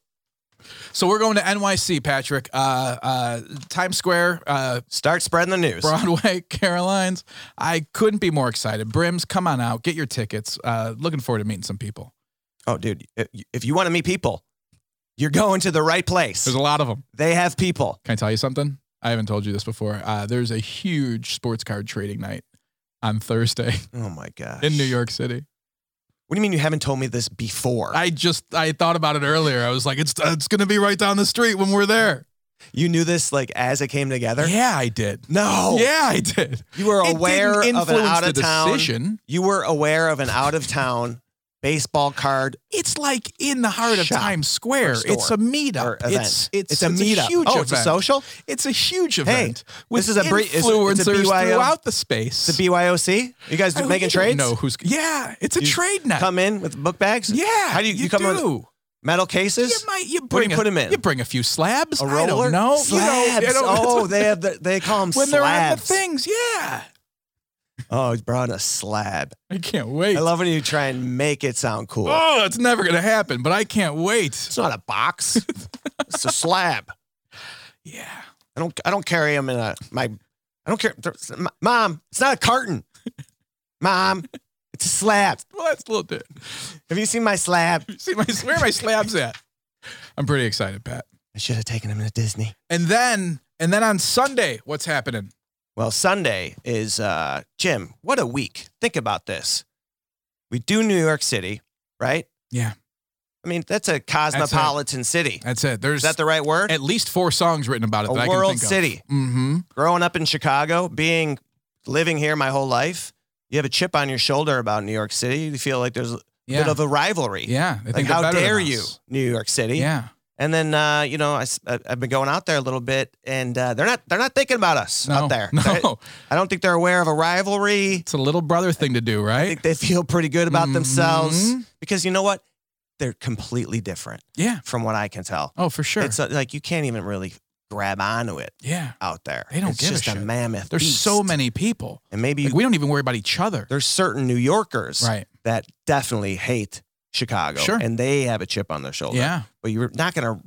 So we're going to NYC, Patrick. Uh, uh, Times Square, uh, Start spreading the news. Broadway, Carolines. I couldn't be more excited. Brims, come on out, get your tickets. Uh, looking forward to meeting some people. Oh, dude, if- if you want to meet people, you're going to the right place. There's a lot of them. They have people. Can I tell you something? I haven't told you this before. Uh, there's a huge sports card trading night on Thursday Oh my gosh. in New York City. What do you mean you haven't told me this before? I just I thought about it earlier. I was like, it's it's gonna be right down the street when we're there. you knew this like as it came together? Yeah, I did. No. Yeah, I did. You were It Oh. didn't aware of an influence out the of town. decision. You were aware of an out of town baseball card. It's like in the heart of Shop Times Square. store It's a meetup. Or event. It's, it's a meetup. huge oh, event. it's a social. It's a huge event. with is a Brit- it's a- it's a influencers BYO. throughout the space. It's a BYOC. You guys I- making you don't trades? Know who's? Yeah, it's a You trade night. Come in with book bags. yeah. How do you, you, come do. in metal You cases? might. You Where do bring. you a, put 'em in? You bring a few slabs. a I roller? don't know. You don't- Slabs. I don't- oh, they have the, they call them when slabs. they're on the things. Yeah. Oh, he brought a slab. I can't wait. I love when you try and make it sound cool. oh, it's never gonna happen. But I can't wait. It's not a box. it's a slab. Yeah. I don't I don't carry them in a my I don't care mom, it's not a carton. Mom, it's a slab. Well, that's a little bit. Have you seen my slab? See my where are my slabs at? I'm pretty excited, Pat. I should have taken him to Disney. And then and then on Sunday, what's happening? Well, Sunday is uh Jim, what a week. Think about this. We do New York City, right? Yeah. I mean, that's a cosmopolitan city. That's it. There's Is that the right word? at least four songs written about it A that I world can think city. of. Mm-hmm. Growing up in Chicago, being living here my whole life, you have a chip on your shoulder about New York City. You feel like there's a Yeah. bit of a rivalry. yeah. They Like, they're how better than dare us. you, New York City? Yeah. And then, uh, you know, I, have been going out there a little bit, and uh, they're not they're not thinking about us No, out there. No. They- I don't think they're aware of a rivalry. It's a little brother thing to do, I right? think they feel pretty good Mm-hmm. about themselves Mhm. because you know what? They're completely different Yeah. from what I can tell. Oh, for sure. It's uh, like you can't even really grab onto it yeah. out there. They don't It's give a just shit. mammoth. There's beast. so many people. and maybe Like, you, we don't even worry about each other. there's certain New Yorkers Right. that definitely hate Chicago, Sure. and they have a chip on their shoulder. Yeah. but you're not gonna.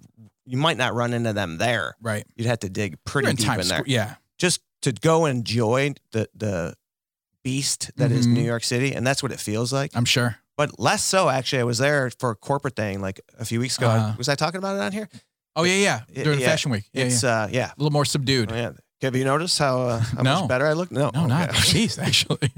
You might not run into them there. Right. You'd have to dig You're pretty in deep Times in there. Square. Yeah. Just to go enjoy the the beast that is Mhm. New York City, and that's what it feels like. Mm-hmm. I'm sure. but less so actually. I was there for a corporate thing like a few weeks ago. Uh-huh. Was I talking about it on here? Oh yeah, yeah. It- During yeah, Fashion Week, yeah, yeah. It's uh, yeah. a little more subdued. yeah. Have you noticed how, uh, how No. much better I look? No, No, Okay. not jeez. Actually,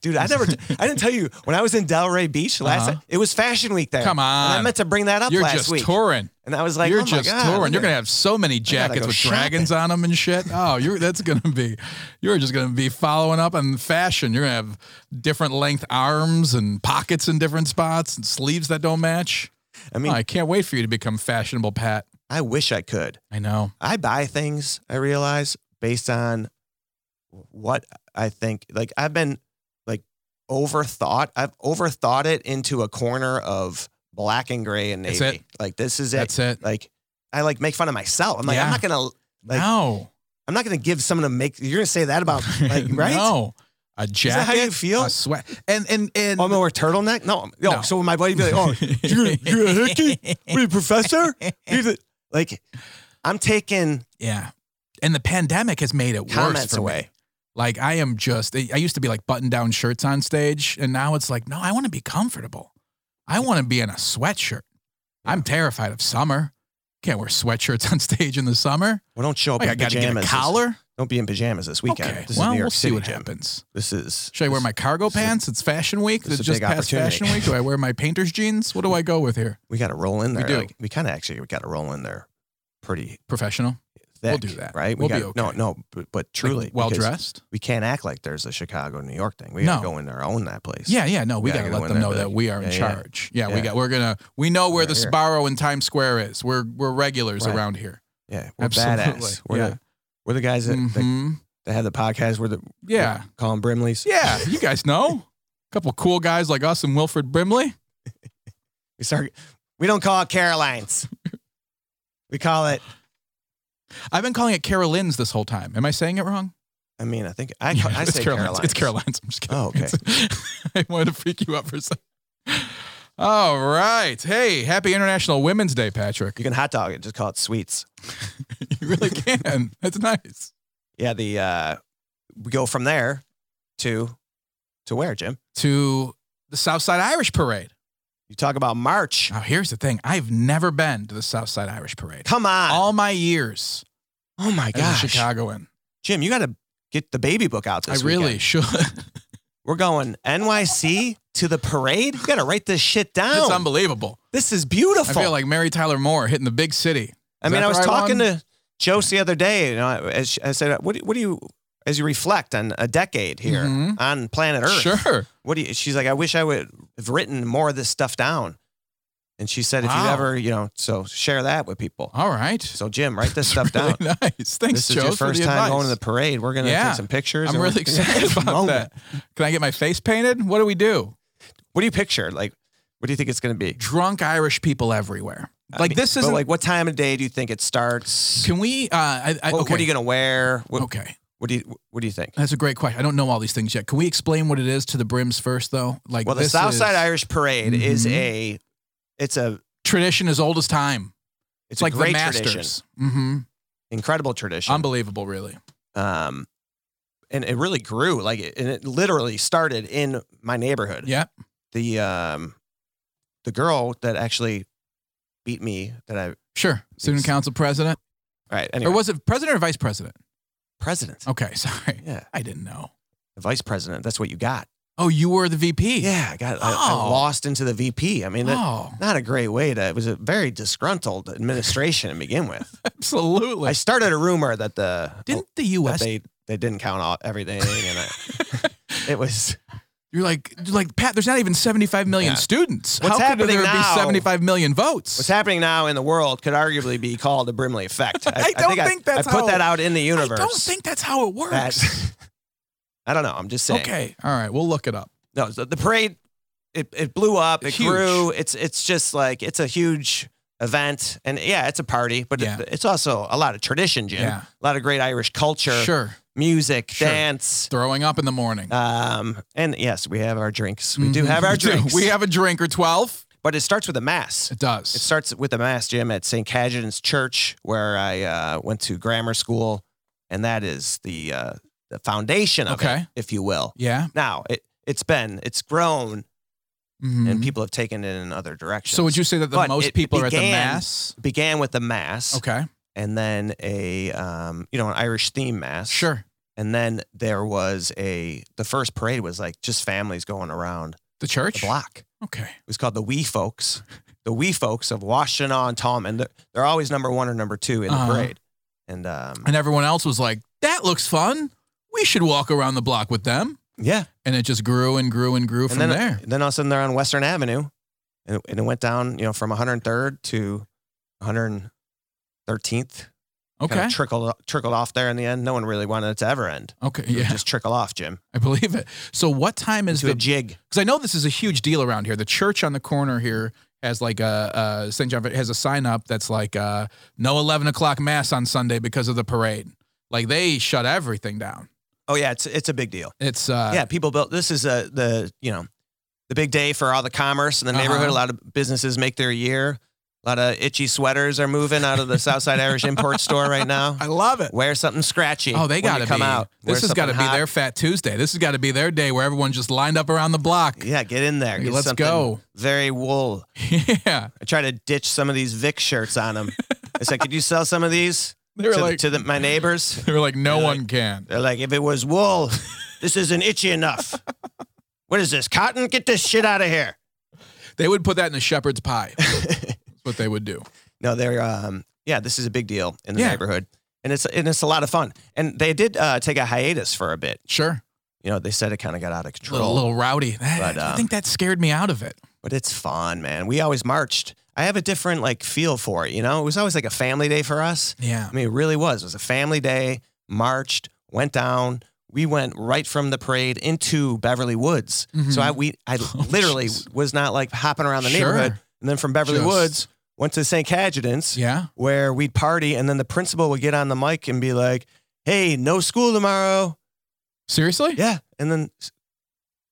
dude. I never, t- I didn't tell you when I was in Delray Beach last. Uh-huh. It was Fashion Week there. come on. and I meant to bring that up you're last just week, touring. and I was like, you're oh my just God, touring. look You're at- gonna have so many jackets go with dragons on them and shit. Oh, you're that's gonna be you're just gonna be following up on fashion. You're gonna have different length arms and pockets in different spots and sleeves that don't match. I Oh, I, mean, can't wait for you to become fashionable, Pat. I wish I could. I know. I buy things, I realize, based on what I think. Like I've been like overthought. I've overthought it into a corner of black and gray and navy. That's it. Like this is it. That's it. like I like make fun of myself. I'm like, Yeah. I'm not gonna like no, I'm not gonna give someone to make you're gonna say that about like right? no, a Is that how jacket, you feel? a sweat, and and and. oh, I'm gonna wear a turtleneck? No. no. No. So my buddy be like, oh, you're gonna, you're gonna hit it? What are you, professor? You're the-" like, I'm taking Yeah. And the pandemic has made it worse comments for away. me. Like I am just I used to be like button down shirts on stage and now it's like no, I want to be comfortable. I want to be in a sweatshirt. I'm terrified of summer. Can't wear sweatshirts on stage in the summer. Well, don't show up Like, Oh, I in got to get a pajamas. collar. Don't be in pajamas this weekend. Okay. This is well, New York we'll see City, what Jim. happens. This is. Should I wear my cargo this is a- pants? It's Fashion Week. this is It's a just big past opportunity. Fashion Week. Do I wear my painter's jeans? What do I go with here? We got to roll in We there. do. Like, we kind of actually we got to roll in there, pretty Profestional, thick. We'll do that. right? We'll got be no, okay. no, but, but truly, well because dressed. We can't act like there's a Chicago, New York thing. We got to No. go in there, own that place. Yeah, yeah, no, we Yeah, gotta you know, let when them they're know big. that we are in Yeah, yeah. charge. Yeah, we Yeah. got. We're gonna. We know where We're the here. Sparrow in Times Square is. We're we're regulars Right. around here. yeah, we're Absolutely. badass. We're, Yeah. the, we're the guys that, that, Mhm. that had the podcast. We're the Yeah, call them Brimleys. yeah. You guys know a couple cool guys like us and Wilfred Brimley. we start. We don't call it Carolines. we call it. I've been calling it Carolines this whole time. Am I saying it wrong? I mean, I think I, Yeah, I it's say Carolines. Carolines. It's Carolines. I'm just kidding. Oh, okay. It's- I wanted to freak you out for a second. All right. Hey, happy International Women's Day, Patrick. You can hot dog it. Just call it sweets. You really can. That's nice. yeah, the uh, we go from there to to where, Jim? To the Southside Irish Parade. You talk about March. Now, Oh, here's the thing I've never been to the Southside Irish Parade. Come on! All my years oh my as gosh, a Chicagoan, Jim, you got to get the baby book out I this really weekend. should. We're going NYC to the parade. You got to write this shit it's down. unbelievable. this is I beautiful. feel like Mary Tyler Moore hitting the big city. I Is mean, that I was the right talking one? to Jose the other day. You know, as she- I said, what do, what do you as you reflect on a decade here Mhm. on planet Earth? Sure. What do you? She's like, I wish I would have written more of this stuff down. And she said, if you Wow. ever, you know, so share that with people. All right. So Jim, write this stuff down. Really nice. Thanks, this is Joe. your for first the time advice. going to the parade. We're gonna Yeah. take some pictures. I'm and we're- really excited about Moment. that. Can I get my face painted? What do we do? What do you picture? Like, what do you think it's gonna be? Drunk Irish people everywhere. I Like mean, this but, isn't. like what time of day do you think it starts? can we? Uh, I, I, what, okay. what are you gonna wear? What, okay. what do you What do you think? That's a great question. I don't know all these things yet. Can we explain what it is to the brims first, though? Like Well, the this Southside is- Irish Parade is Mhm. a it's a tradition as old as time. it's, It's, a like great the tradition, Masters. hmm incredible tradition. Unbelievable, really. um, and it really grew like, it- and it literally started in my neighborhood. Yeah. The um, the girl that actually beat me that I all Sure. Student It's- council president, right anyway or was it president or vice president? president. Okay, sorry, Yeah, I didn't know. the vice president. That's what you got. Oh, you were the VP. Yeah, I got. I, I Oh. lost into the VP. I mean, that, Oh, not a great way to. It was a very disgruntled administration to begin with. absolutely. I started a rumor that the Didn't the that U.S. they they didn't count all everything, and I, it was You're like, you're like Pat. There's not even 75 million Yeah. students. What's How could happening there now- be 75 million votes? what's happening now in the world could arguably be called the Brimley effect. I don't think that's I put how- that out in the I universe. don't think that's how it that- works. I don't know. I'm just saying. Okay, all right, we'll look it up. No, the, the parade it, it blew up, it Huge. grew. It's it's just like it's a huge event, and yeah, it's a party, but it- Yeah. it's also a lot of tradition, Jim. Yeah. A lot of great Irish culture, Sure. music, Sure. dance. Throwing up in the morning. Um, and yes, we have our drinks. We do Mhm. have our We do. drinks. We have a drink or 12. but it starts with a mass. It does. It starts with a mass, Jim, at St. Cajetan's Church, where I uh, went to grammar school, and that is the uh, the foundation of it, Okay. if you will. yeah. Now it it's been it's grown Mhm. and people have taken it in other directions. so would you say that the But most it people are at the began- mass? began with the mass, Okay, and then a um, you know an Irish theme mass, sure. and then there was a the first parade was like just families going around The the church. block. Okay. It was called the Wee Folks, the Wee Folks of Washtenaw and Tom, and they're, they're always number one or number two in Uh-huh. the parade. And um, And everyone else was like, "That looks fun. We should walk around the block with them." yeah, And it just grew and grew and grew and from then there. then all of a sudden they're on Western Avenue, and, and it went down, you know, from 103rd to 113th. Okay. Kind of trickled trickled off there in the end. No one really wanted it to ever end. okay. It would Yeah, just trickle off, Jim, I believe it. So what time is to a the jig. because I know this is a huge deal around here. The church on the corner here has like a uh, St. John has a sign up that's like uh, no eleven o'clock mass on Sunday because of the parade. Like they shut everything down. Oh yeah, it's it's a big deal. It's uh, yeah, people built. This is a the you know the big day for all the commerce in the Uh-huh. neighborhood. A lot of businesses make their year. A lot of itchy sweaters are moving out of the Southside Irish Import Store right now. I love it. Wear something scratchy. Oh, they got gotta come be. out. Wear This has got to something be hot. their Fat Tuesday. This has got to be their day where everyone's just lined up around the block. Yeah, get in there. Hey, Get let's something go. Very wool. yeah, I try to ditch some of these Vic shirts on them. I said, could you sell some of these they to, were the- like, to the, my neighbors? they were like, no they're one can. They're like, if it was wool, this isn't itchy enough. What is this, cotton? Get this shit out of here. They would put that in a shepherd's pie. That's what they would do. No, they're um yeah, this is a big deal in the Yeah. neighborhood. And it's and it's a lot of fun. And they did uh, take a hiatus for a bit. Sure, You know, they said it kind of got out of a control. little, little rowdy. But, I um, think that scared me out of it. But it's fun, man. We always marched. I have a different like feel for it, you know? It was always like a family day for us. Yeah. I mean, it really was. It was a family day, marched, went down. We went right from the parade into Beverly Woods. So I we I Mm-hmm. Oh, literally jeez. was not like hopping around the Sure. neighborhood. And then from Beverly Just- Woods, went to St. Cadjudens. Yeah. where we'd party and then the principal would get on the mic and be like, "Hey, no school tomorrow." Seriously? Yeah, and then s-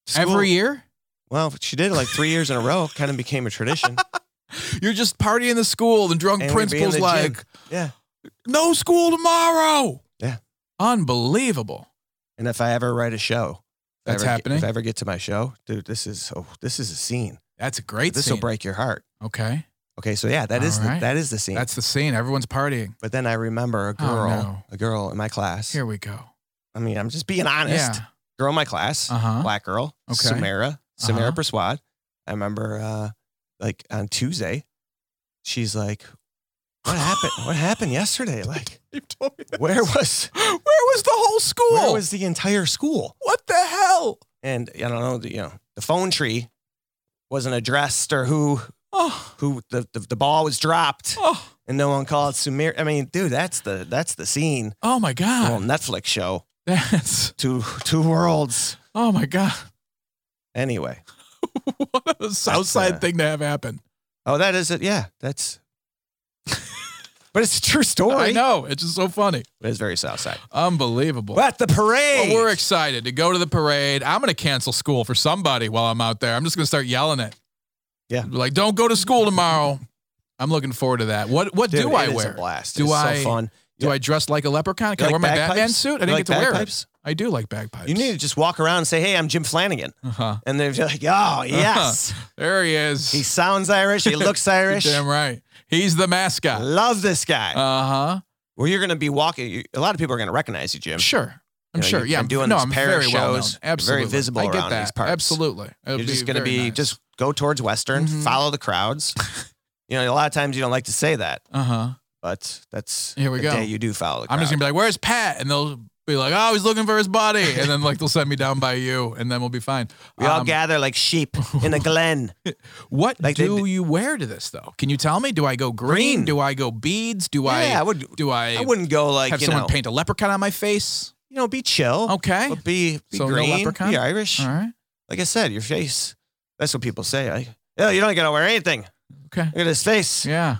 school- Every year? well, she did it like three years in a row. Kind of became a tradition. You're just partying in the school. The drunk And we'd be in principal's the like, gym. Yeah, no school tomorrow. Yeah. Unbelievable. and if I ever write a show, if I That's ever get- happening? If I ever get to my show, dude, this is oh, this is a scene. That's a great This scene. will break your heart. okay. Okay, so yeah, that is All the, right. that is the scene. That's the scene. Everyone's partying. but then I remember a Oh, girl, no. a girl in my class. Here we go. I mean, I'm just being honest. Yeah. Girl in my class. Uh huh. black girl, Okay. Samara, Samara Uh-huh. Perswad. I remember uh, like on Tuesday, she's like, What happened? what happened yesterday? Like, where was Where was the whole school? where was the entire school? what the hell? And I don't know, the, you know, the phone tree wasn't addressed or who Oh, who the, the, the ball was dropped oh, and no one called Samira. I mean, dude, that's the that's the scene. oh my The God. whole Netflix show. That's, Two two worlds. oh my God. Anyway. what a Southside uh, thing to have happen. Oh, that is it. Yeah, that's But it's a true story. I know. It's just so funny. It is very south side. Unbelievable. But the parade. Well, we're excited to go to the parade. I'm going to cancel school for somebody while I'm out there. I'm just going to start yelling it. Yeah. Be Like, don't go to school tomorrow. I'm looking forward to that. What What Dude, do I it is a wear? blast. Do it's I- so fun. Do I dress like a leprechaun? Can I You wear like my Batman bagpipes? suit? I You didn't like get to wear it. bagpipes? I do like bagpipes. You need to just walk around and say, "Hey, I'm Jim Flanagan," Uh-huh. and they're like, "Oh, yes, There he is. he sounds Irish. He looks You're Irish. damn right. He's the mascot. Love this guy." Uh well, you're going to be walking. You, a lot of people are going to recognize you, huh. Jim. Sure. I'm You know, sure. you've Yeah. been doing no, these I'm pair very shows. well known. You're very Absolutely. visible I get around that. these parts. Absolutely. It'll You're just be going to very be nice. just go towards Western, Mhm. follow the crowds. you know, a lot of times you don't like to say that, Uh huh. but that's Here we the go. day you do follow the crowd. I'm just gonna be like, "Where's Pat?" And they'll be like, "Oh, he's looking for his body," and then like they'll send me down by you, and then we'll be fine. we all Um, gather like sheep in a glen. what like they do d- you wear to this though? Can you tell me? Do I go green? Green. Do I go beads? Do yeah, I I would. do I, I wouldn't go like have you someone know, Oh, paint a leprechaun on my face? you know, be chill. Okay, But be, be Oh, So no green, leprechaun? be Irish. all right, Like I said, your face. That's what people say. Like, yeah, you don't gotta wear anything. okay, Look at his face. yeah,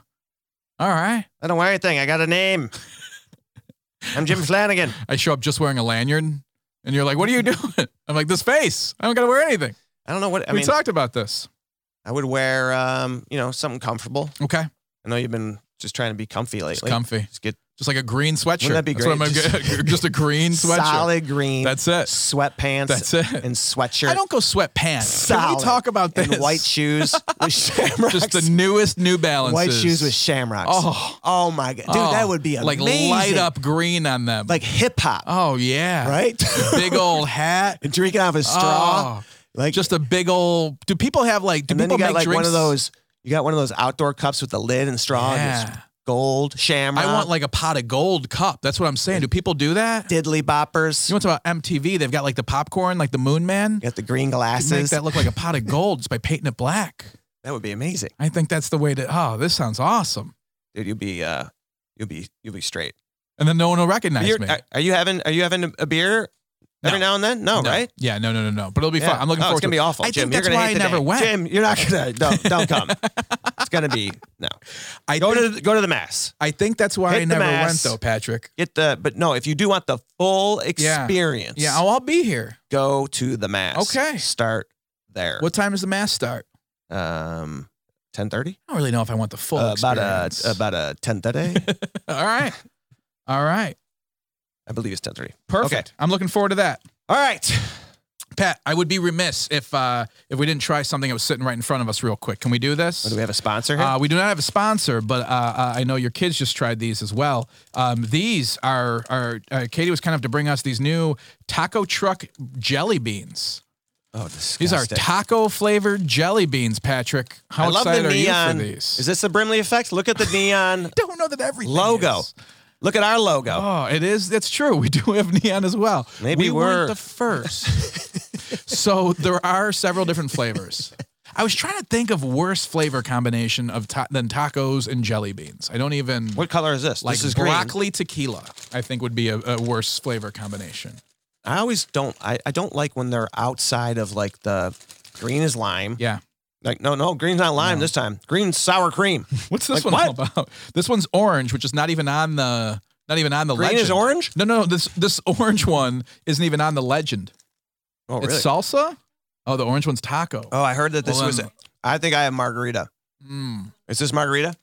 all right. I don't wear anything. I got a name. I'm Jim Flanagan. I show up just wearing a lanyard, and you're like, "What are you doing?" I'm like, "This face. I don't gotta wear anything." I don't know what I we mean. talked about this. I would wear, um, you know, something comfortable. Okay, I know you've been just trying to be comfy lately. It's comfy. Just get Just like a green sweatshirt. Wouldn't that be That's great? what I'm gonna Just- get. just a green sweatshirt. solid green. That's it. sweatpants. That's it. And sweatshirt. I don't go sweat pants. Can solid. we talk about this? And white shoes with shamrocks. Just the newest New Balances. white shoes with shamrocks. Oh. Oh my god, dude, Oh, that would be amazing. like light up green on them. like hip hop, oh yeah, right? Big old hat. And drinking off a straw, Oh, like just a big old. Do people have like? Do And then people you got make like drinks? one of those. You got one of those outdoor cups with the lid and straw. And Yeah. it's gold shamrock. I want like a pot of gold cup. That's what I'm saying. Do people do that? diddly boppers. You know what's about MTV? They've got like the popcorn, like the Moon Man. You got the green You Make glasses. that That, look like a pot of gold just by painting it black. would be amazing, I think that's the way to. Oh, this sounds awesome. dude. You'll be uh, you'll be you'll be straight. And then no one will recognize You're- me. Are, are you having are you having a beer every No. now and then? No, oh, right? Yeah, no, no, no, no. But it'll be Yeah. fun. I'm looking oh, forward It's gonna to be it. awful, I Jim. think You're that's gonna why hate I the never day. went. Jim, you're not gonna don't don't come. it's gonna be no. I Go think, to go to the mass. I think that's why Hit I the never went mass. though, Patrick. Get the but no. If you do want the full experience, Yeah, oh, I'll be here. go to the mass. Okay. start there. What time does the mass start? Um, ten thirty. I don't really know if I want the full Uh, about a experience. about a ten thirty. All right. All right. I believe it's ten thirty. Perfect. I'm looking forward to that. All right. Pat, I would be remiss if uh, if we didn't try something that was sitting right in front of us real quick. Can we do this? What, do we have a sponsor here? Uh, we do not have a sponsor, but uh, uh, I know your kids just tried these as well. Um, these are are uh, Katie was kind enough to bring us these new taco truck jelly beans. oh, disgusting. These are taco flavored jelly beans, Patrick. How I love excited the neon. are you for these? Is this the Brimley effect? Look at the neon. don't know that everything Logo. is. Look at our logo. Oh, it is. That's true. We do have neon as well. Maybe we weren't we're- the first. so there are several different flavors. I was trying to think of worse flavor combination of ta- than tacos and jelly beans. I don't even What color is this? like this is green. broccoli tequila. I think would be a, a worse flavor combination. I always don't. I, I don't like when they're outside of like the green is lime. Yeah. Like no, no, green's not lime this time. Green's sour cream. What's this Like one all about? This one's orange, which is not even on the not even on the Green legend. is orange. No, no, no. This this orange one isn't even on the legend. Oh really? It's salsa. Oh, the orange one's taco. oh, I heard that this Well, was. then- I think I have margarita. Mm. Is this margarita?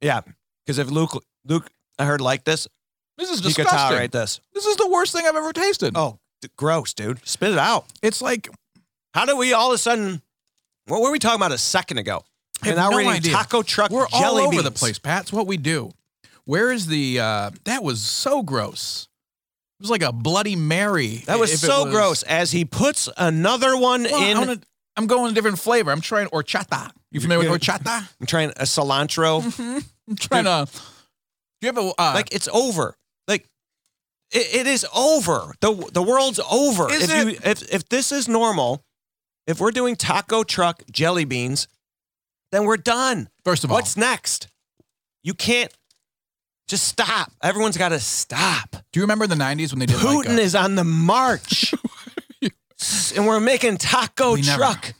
Yeah. Because if Luke, Luke, I heard like this, This is you could disgusting. tolerate this. This is the worst thing I've ever tasted. Oh, d- gross, dude. Spit it out. It's like How do we all of a sudden? What were we talking about a second ago? I have now we're no eating idea. taco truck we're all jelly over beans. the place, Pat. It's what we do. Where is the? Uh, that was so gross. It was like a Bloody Mary. That was if it so gross. As he puts another one Well, in, I wanna- I'm going a different flavor. I'm trying horchata. You familiar with horchata? I'm trying a cilantro. I'm trying to. Do you have a uh, Mm-hmm. like it's over. Like it, it is over. the The world's over. Is if it- you if if this is normal, if we're doing taco truck jelly beans, then we're done. First of all, What's next? You can't just stop. Everyone's got to stop. do you remember the '90s when they did like Putin a- is on the march, and we're making taco We never- truck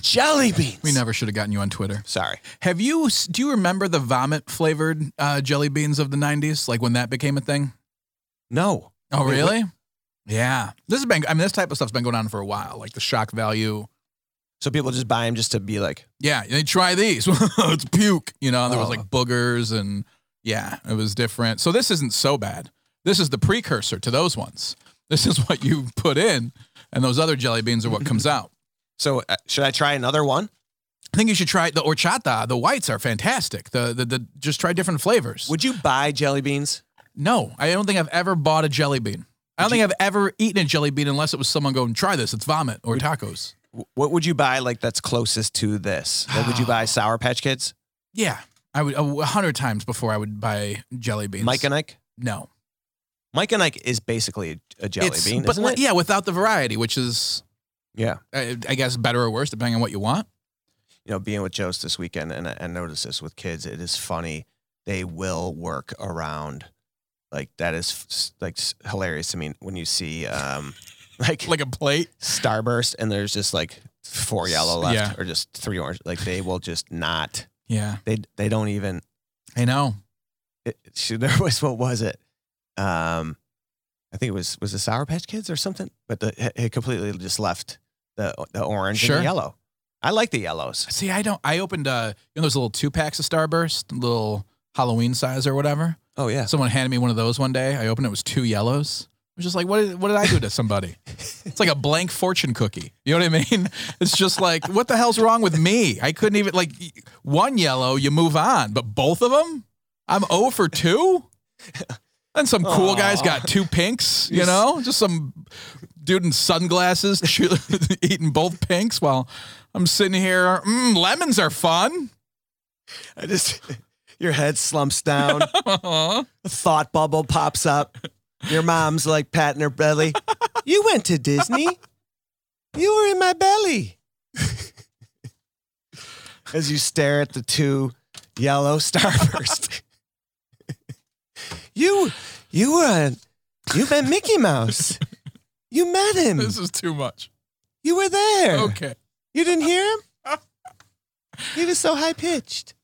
jelly beans. we never should have gotten you on Twitter. Sorry. Have you? Do you remember the vomit flavored uh, jelly beans of the '90s? Like when that became a thing? No. Oh, Wait, what- really? Yeah. This has been, I mean, this type of stuff's been going on for a while, like the shock value. So people just buy them just to be like, Yeah. They try these. it's puke. You know, and there was Oh. like boogers and yeah, it was different. So this isn't so bad. This is the precursor to those ones. This is what you put in, and those other jelly beans are what comes out. so uh, should I try another one? I think you should try the horchata. The whites are fantastic. The, the, the just try different flavors. Would you buy jelly beans? No, I don't think I've ever bought a jelly bean. I don't think I've ever eaten a jelly bean unless it was someone going, try this. It's vomit or tacos. What would you buy like that's closest to this? Like, would you buy Sour Patch Kids? Yeah, I would a hundred times before I would buy jelly beans. Mike and Ike? no Mike and Ike is basically a jelly It's- bean, but isn't like- it? yeah, without the variety, which is Yeah. I, I guess better or worse depending on what you want. You know, being with Joe's this weekend, and I, I noticed this with kids, it is funny. They will work around. Like that is f- s- like s- hilarious to me when you see um like, Like a plate. Starburst and there's just like four yellow left Yeah. or just three orange. Like they will just not. Yeah, They they don't even I know. it, shoot, there was what was it? Um, I think it was was the Sour Patch Kids or something, but the it completely just left the the orange Sure. and the yellow. I like the yellows. See, I don't. I opened uh, you know those little two packs of Starburst, little Halloween size or whatever. Oh yeah. Someone handed me one of those one day. I opened it, it was two yellows. I was just like, what did, what did I do to somebody? It's like a blank fortune cookie. You know what I mean? It's just like, what the hell's wrong with me? I couldn't even, like, one yellow, you move on, but both of them? I'm 0 for 2? And some cool Aw. guy's got Uh, two pinks, you know? Just some dude in sunglasses chew- eating both pinks while I'm sitting here. Mm, lemons are fun. I just your head slumps down. a thought bubble pops up. Your mom's like patting her belly. You went to Disney. You were in my belly. As you stare at the two yellow starburst. you you were you met Mickey Mouse. You met him. This is too much. You were there. Okay. You didn't hear him? He was so high pitched.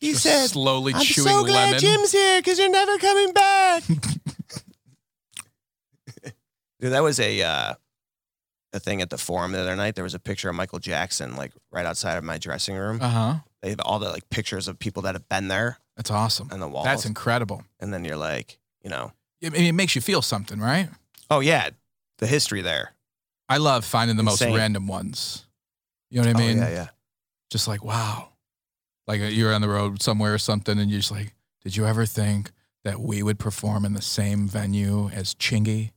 He Just said, slowly I'm chewing so glad lemon. Jim's here because you're never coming back. Dude, that was a uh, a thing at the forum the other night. There was a picture of Michael Jackson like right outside of my dressing room. Uh huh. They have all the like pictures of people that have been there That's awesome. on the walls. That's incredible. and then you're like, you know, I mean, it makes you feel something, right? oh yeah, the history there. I love finding the most Insane. random ones. You know what I mean? oh, yeah, yeah. Just like, wow. Like uh, you're on the road somewhere or something, and you're just like, did you ever think that we would perform in the same venue as Chingy?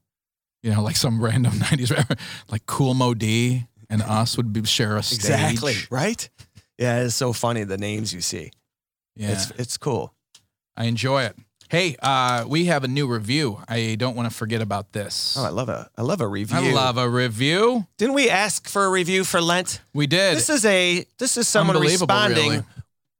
You know, like some random 90s rapper, like Cool Mo D and us would be, share a stage. Exactly. Right? Yeah, it's so funny the names you see. Yeah. It's it's cool. I enjoy it. Hey, uh, we have a new review. I don't want to forget about this. Oh, I love a I love a review. I love a review. Didn't we ask for a review for Lent? We did. This is a this is someone Unbelievable, responding. really.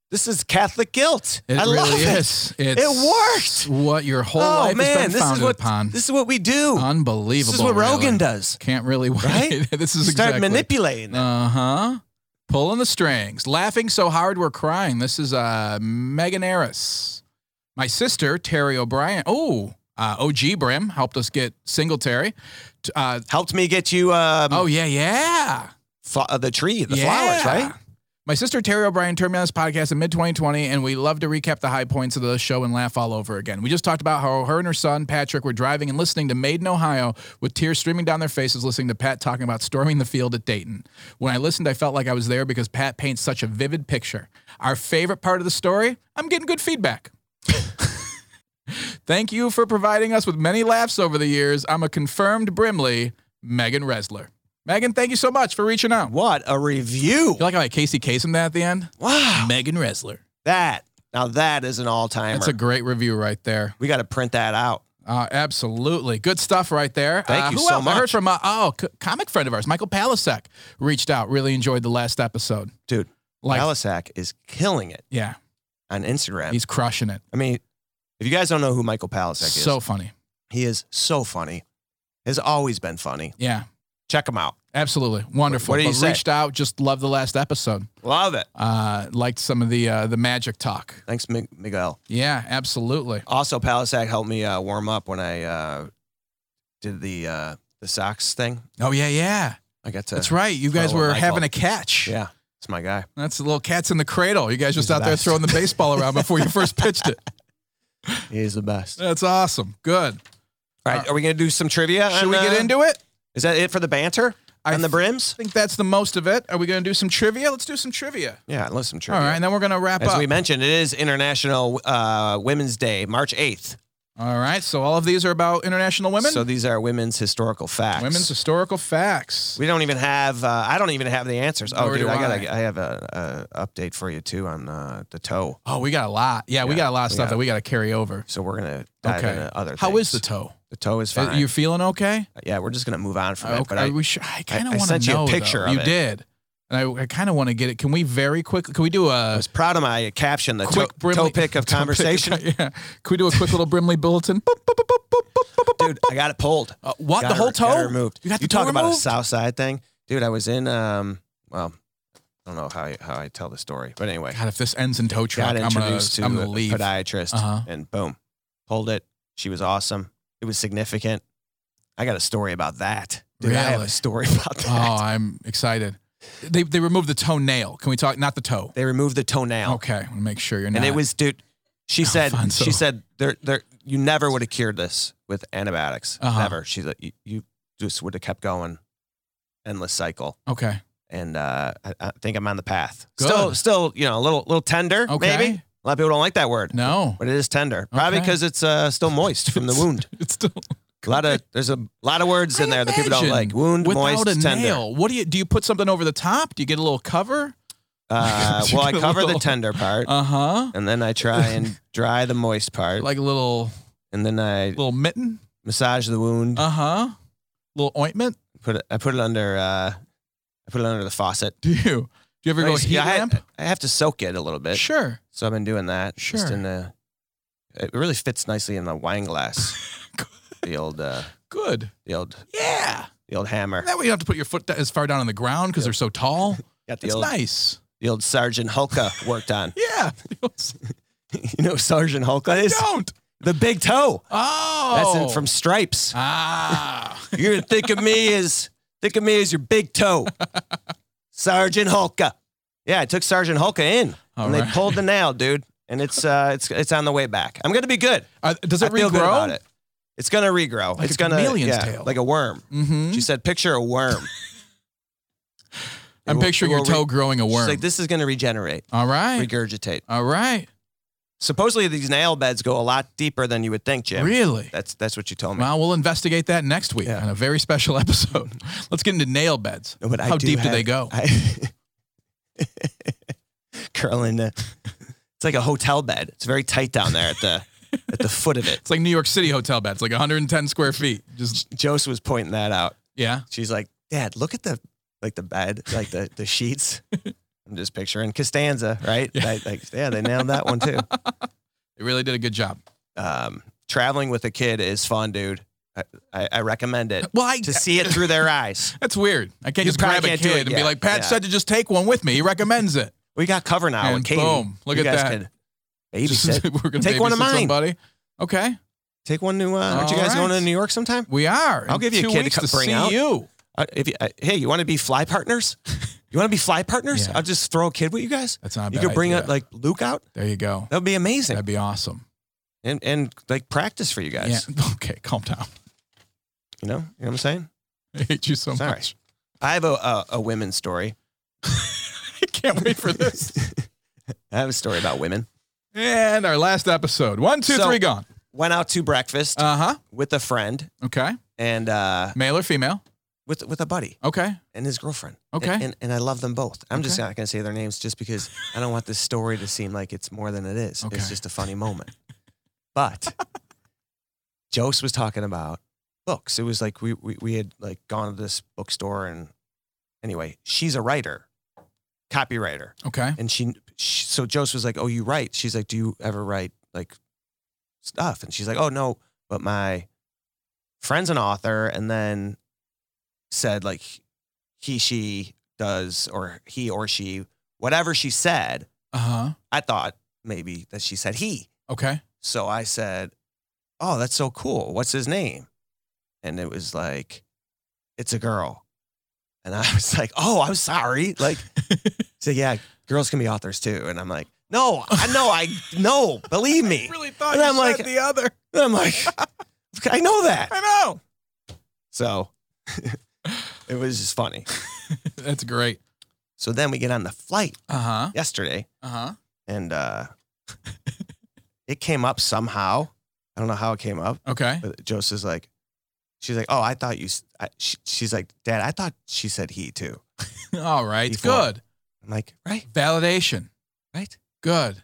This is Catholic guilt. It I really love it. is. It's It worked. What your whole oh life has man, been this founded is what upon. this is what we do. Unbelievable. this is what really. Rogan does. Can't really wait. Right? this is Start exactly. manipulating. them. Uh huh. Pulling the strings, laughing so hard we're crying. This is uh, Megan Harris, my sister Terry O'Brien. Oh, uh, OG Brim helped us get Singletary. T- Uh, Helped me get you um, oh yeah, yeah. fl- uh, the tree, the flowers, right? My sister Terry O'Brien turned me on this podcast in mid 2020, and we love to recap the high points of the show and laugh all over again. We just talked about how her and her son, Patrick, were driving and listening to Maiden, Ohio, with tears streaming down their faces, listening to Pat talking about storming the field at Dayton. When I listened, I felt like I was there because Pat paints such a vivid picture. Our favorite part of the story I'm getting good feedback. Thank you for providing us with many laughs over the years. I'm a confirmed Brimley, Megan Resler. Megan, thank you so much for reaching out. What a review! You like how I Casey Kasem that at the end? Wow, Megan Resler. that now that is an all timer. That's a great review right there. we got to print that out. Uh, absolutely. Good stuff right there. Thank Uh, you who so else? I heard much. from, uh, oh, c- comic friend of ours, Michael Palisek, reached out, really enjoyed the last episode. Dude, Like, Palisak is killing it yeah, on Instagram. he's crushing it. I mean, if you guys don't know who Michael Palisak is, So funny. he is so funny. Has always been funny. Yeah, Check him out. absolutely. Wonderful. What did he but say? reached out, just loved the last episode. Love it. Uh, liked some of the uh, the magic talk. Thanks, Mi- Miguel. Yeah, absolutely. Also, Palisac helped me uh, warm up when I uh, did the uh, the socks thing. Oh, yeah, yeah. I got to. That's right. You guys Throw a were Michael. having a catch. Yeah, it's my guy. That's the little cats in the cradle. You guys He's just the out there best. throwing the baseball around before you first pitched it. He's the best. All That's awesome. Good. right, are we gonna do some trivia? Should on, we get uh, into it? Is that it for the banter I and the th- brims? think that's the most of it. Are we going to do some trivia? Let's do some trivia. Yeah, let's some All trivia. right, and then we're going to wrap As up. we mentioned, it is International uh, Women's Day, March eighth. all right, so all of these are about international women, So these are women's historical facts. women's historical facts. We don't even have. Uh, I don't even have the answers. Oh, Nor dude, do I got. I. I have a, a update for you too on uh, the toe. oh, we got a lot. Yeah, we Yeah, got a lot of we stuff got- that we got to carry over. So we're gonna dive Okay. into other. How is the things. toe? the toe is Uh, fine. You feeling okay? yeah, we're just gonna move on from okay. it. But I, we should, I kind of I want sent to you a know. though. picture of you it. did, and I, I kind of want to get it. Can we very quickly? Can we do a I was proud of my caption, the uh, quick toe, toe Brimley pick of toe pick. conversation. yeah. Can we do a quick little Brimley bulletin? Boop, boop, boop, boop, boop, boop, boop, boop. Dude, I got it pulled. Uh, what Got the it- whole got it toe? removed. You got the toe talk about a removed? south side thing, dude. I was in. Um, well, I don't know how I, how I tell the story, but anyway, God, if this ends in tow truck, got I'm gonna, introduced I'm to a gonna leave. podiatrist, Uh-huh. and boom, pulled it. She was awesome. It was significant. I got a story about that. Dude, I have Really? a story about Oh, that. I'm excited. They they removed the toenail. Can we talk? Not the toe. They removed the toenail. Okay, I want to make sure you're not. And it was, dude. She said, Alfonso. she said, there, there, you never would have cured this with antibiotics. Uh-huh. Never. She's like, you, you just would have kept going, endless cycle. okay. And uh, I, I think I'm on the path. Good. Still, still, you know, a little, little tender, Okay. maybe. A lot of people don't like that word, No, but it is tender. Probably Okay. because it's uh, still moist from the wound. it's still A lot of there's a lot of words in I there that people don't imagine like. Wound, without moist, a tender. nail. What do you do? You put something over the top? Do you get a little cover? Uh, well, I Get a cover the little- tender part, Uh huh. and then I try and dry the moist part, Like a little and then I little mitten. massage the wound. Uh huh. Little ointment. put it, I put it under uh, I put it under the faucet. Do you? Do you ever go Like, heat yeah, I, lamp? I have to soak it a little bit, Sure. so I've been doing that. Just Sure. in the, it really fits nicely in the wine glass. the old, uh, Good. the old, Yeah. the old hammer. That way you don't have to put your foot da- as far down on the ground because they're so tall. Got the That's old, nice. the old Sergeant Hulka worked on. Yeah. you know who Sergeant Hulka is don't. the big toe. Oh. That's in, from Stripes. Ah. You're gonna think of me as think of me as your big toe, Sergeant Hulka. Yeah, I took Sergeant Hulka in, All and they right. pulled the nail, dude. And it's uh, it's it's on the way back. I'm gonna be good. Uh, does it I feel regrow? good about it. It's gonna regrow. Like it's a gonna chameleon's yeah, tail. like a worm. Mm-hmm. She said, picture a worm. It I'm will- picturing it your will toe re- growing a worm. She's like, this is gonna regenerate, All right. regurgitate. All right. Supposedly these nail beds go a lot deeper than you would think, Jim. Really? That's that's what you told me. Well, we'll investigate that next week Yeah. on a very special episode. Let's get into nail beds. No, but I How deep do have- they go? I, curling the, it's like a hotel bed. It's very tight down there at the at the foot of it. It's like New York City hotel beds, like 110 square feet. Just Jose was pointing that out. yeah. She's like, Dad, look at the like the bed, like the the sheets. I'm just picturing Costanza, right? Yeah. Like, like, yeah, they nailed that one too. It really did a good job. Um, traveling with a kid is fun, dude. I, I, I recommend it Well, I to see it through their eyes. that's weird. I can't You just probably grab a can't do kid it, and be yeah, like, Pat yeah. said to just take one with me. He recommends it. We got cover now And with Katie. boom, look you at guys that. Could Just- babysit. we're gonna Take one of babysit mine. Somebody. Okay, Take one to. Uh, aren't you All guys going right. to New York sometime? we are. I'll In give you a two kid to weeks co- bring see out. you. Uh, if you, uh, hey, you want to be fly partners? You want to be fly partners? Yeah. I'll just throw a kid with you guys. That's not. A You bad could bring idea. up like Luke out. There you go. That would be amazing. That'd be awesome. and and like practice for you guys. Yeah. Okay. Calm down. You know, you know what I'm saying? I hate you so Sorry. much. I have a a, a women's story. I can't wait for this. I have a story about women. and our last episode. One, two, three, So- gone. Went out to breakfast Uh huh. with a friend Okay. and uh, Male or female? with with a buddy Okay. and his girlfriend. Okay. And and, and I love them both. I'm just Okay. not gonna say their names just because I don't want this story to seem like it's more than it is. Okay. It's just a funny moment. But Jose was talking about books. It was like we, we we had like gone to this bookstore and anyway, she's a writer, copywriter, Okay. and she, she so Jose was like, "Oh, you write?" She's like, "Do you ever write like stuff?" And she's like, "Oh no, but my friend's an author." And then said like he she does or he or she whatever she said. Uh huh. I thought maybe that she said he. Okay. So I said, "Oh, that's so cool. What's his name?" And it was like, "It's a girl." And I was like, "Oh, I'm sorry." Like, so yeah, girls can be authors too. And I'm like, "No, I know, I no, believe me." really thought And you I'm said like- the other. And I'm like, "I know that." I know. So it was just funny. That's great. So then we get on the flight Uh huh. yesterday, Uh huh. and uh, it came up somehow. I don't know how it came up. Okay. But Joseph's like, she's like, oh, I thought you. s- I, she, she's like, Dad, I thought she said he too. All right. Before. Good. I'm like, right, Validation. right. Good.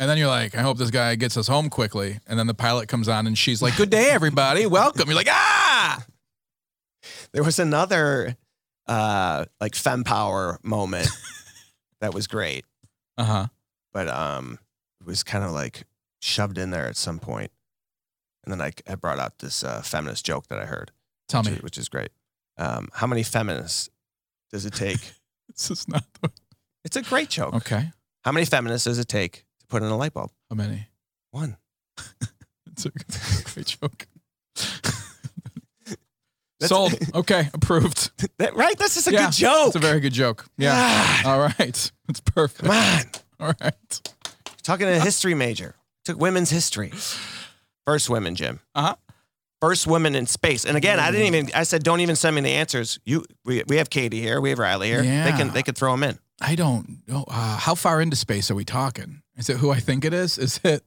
And then you're like, I hope this guy gets us home quickly. And then the pilot comes on and she's like, Good day, everybody. Welcome. You're like, Ah. There was another uh like femme power moment that was great, Uh Uh-huh. huh. but um, it was kind of like shoved in there at some point. And then I, I brought out this uh, feminist joke that I heard, Tell which me. is, which is great. Um, how many feminists does it take? This is not. it's a great joke. Okay. How many feminists does it take to put in a light bulb? How many? One. It's a, it's a great joke. That's- Sold. Okay. Approved. That- right? That's just a yeah. good joke. It's a very good joke. Yeah. God, All right. It's perfect. come on. All right. Talking to a history major. Took women's history. First women, Jim. Uh-huh. First women in space. And again, I didn't even. I said, don't even send me the answers. You, we, we have Katie here. We have Riley here. They Yeah. can they could throw them in. I don't know. Uh, how far into space are we talking? Is it who I think it is? Is it?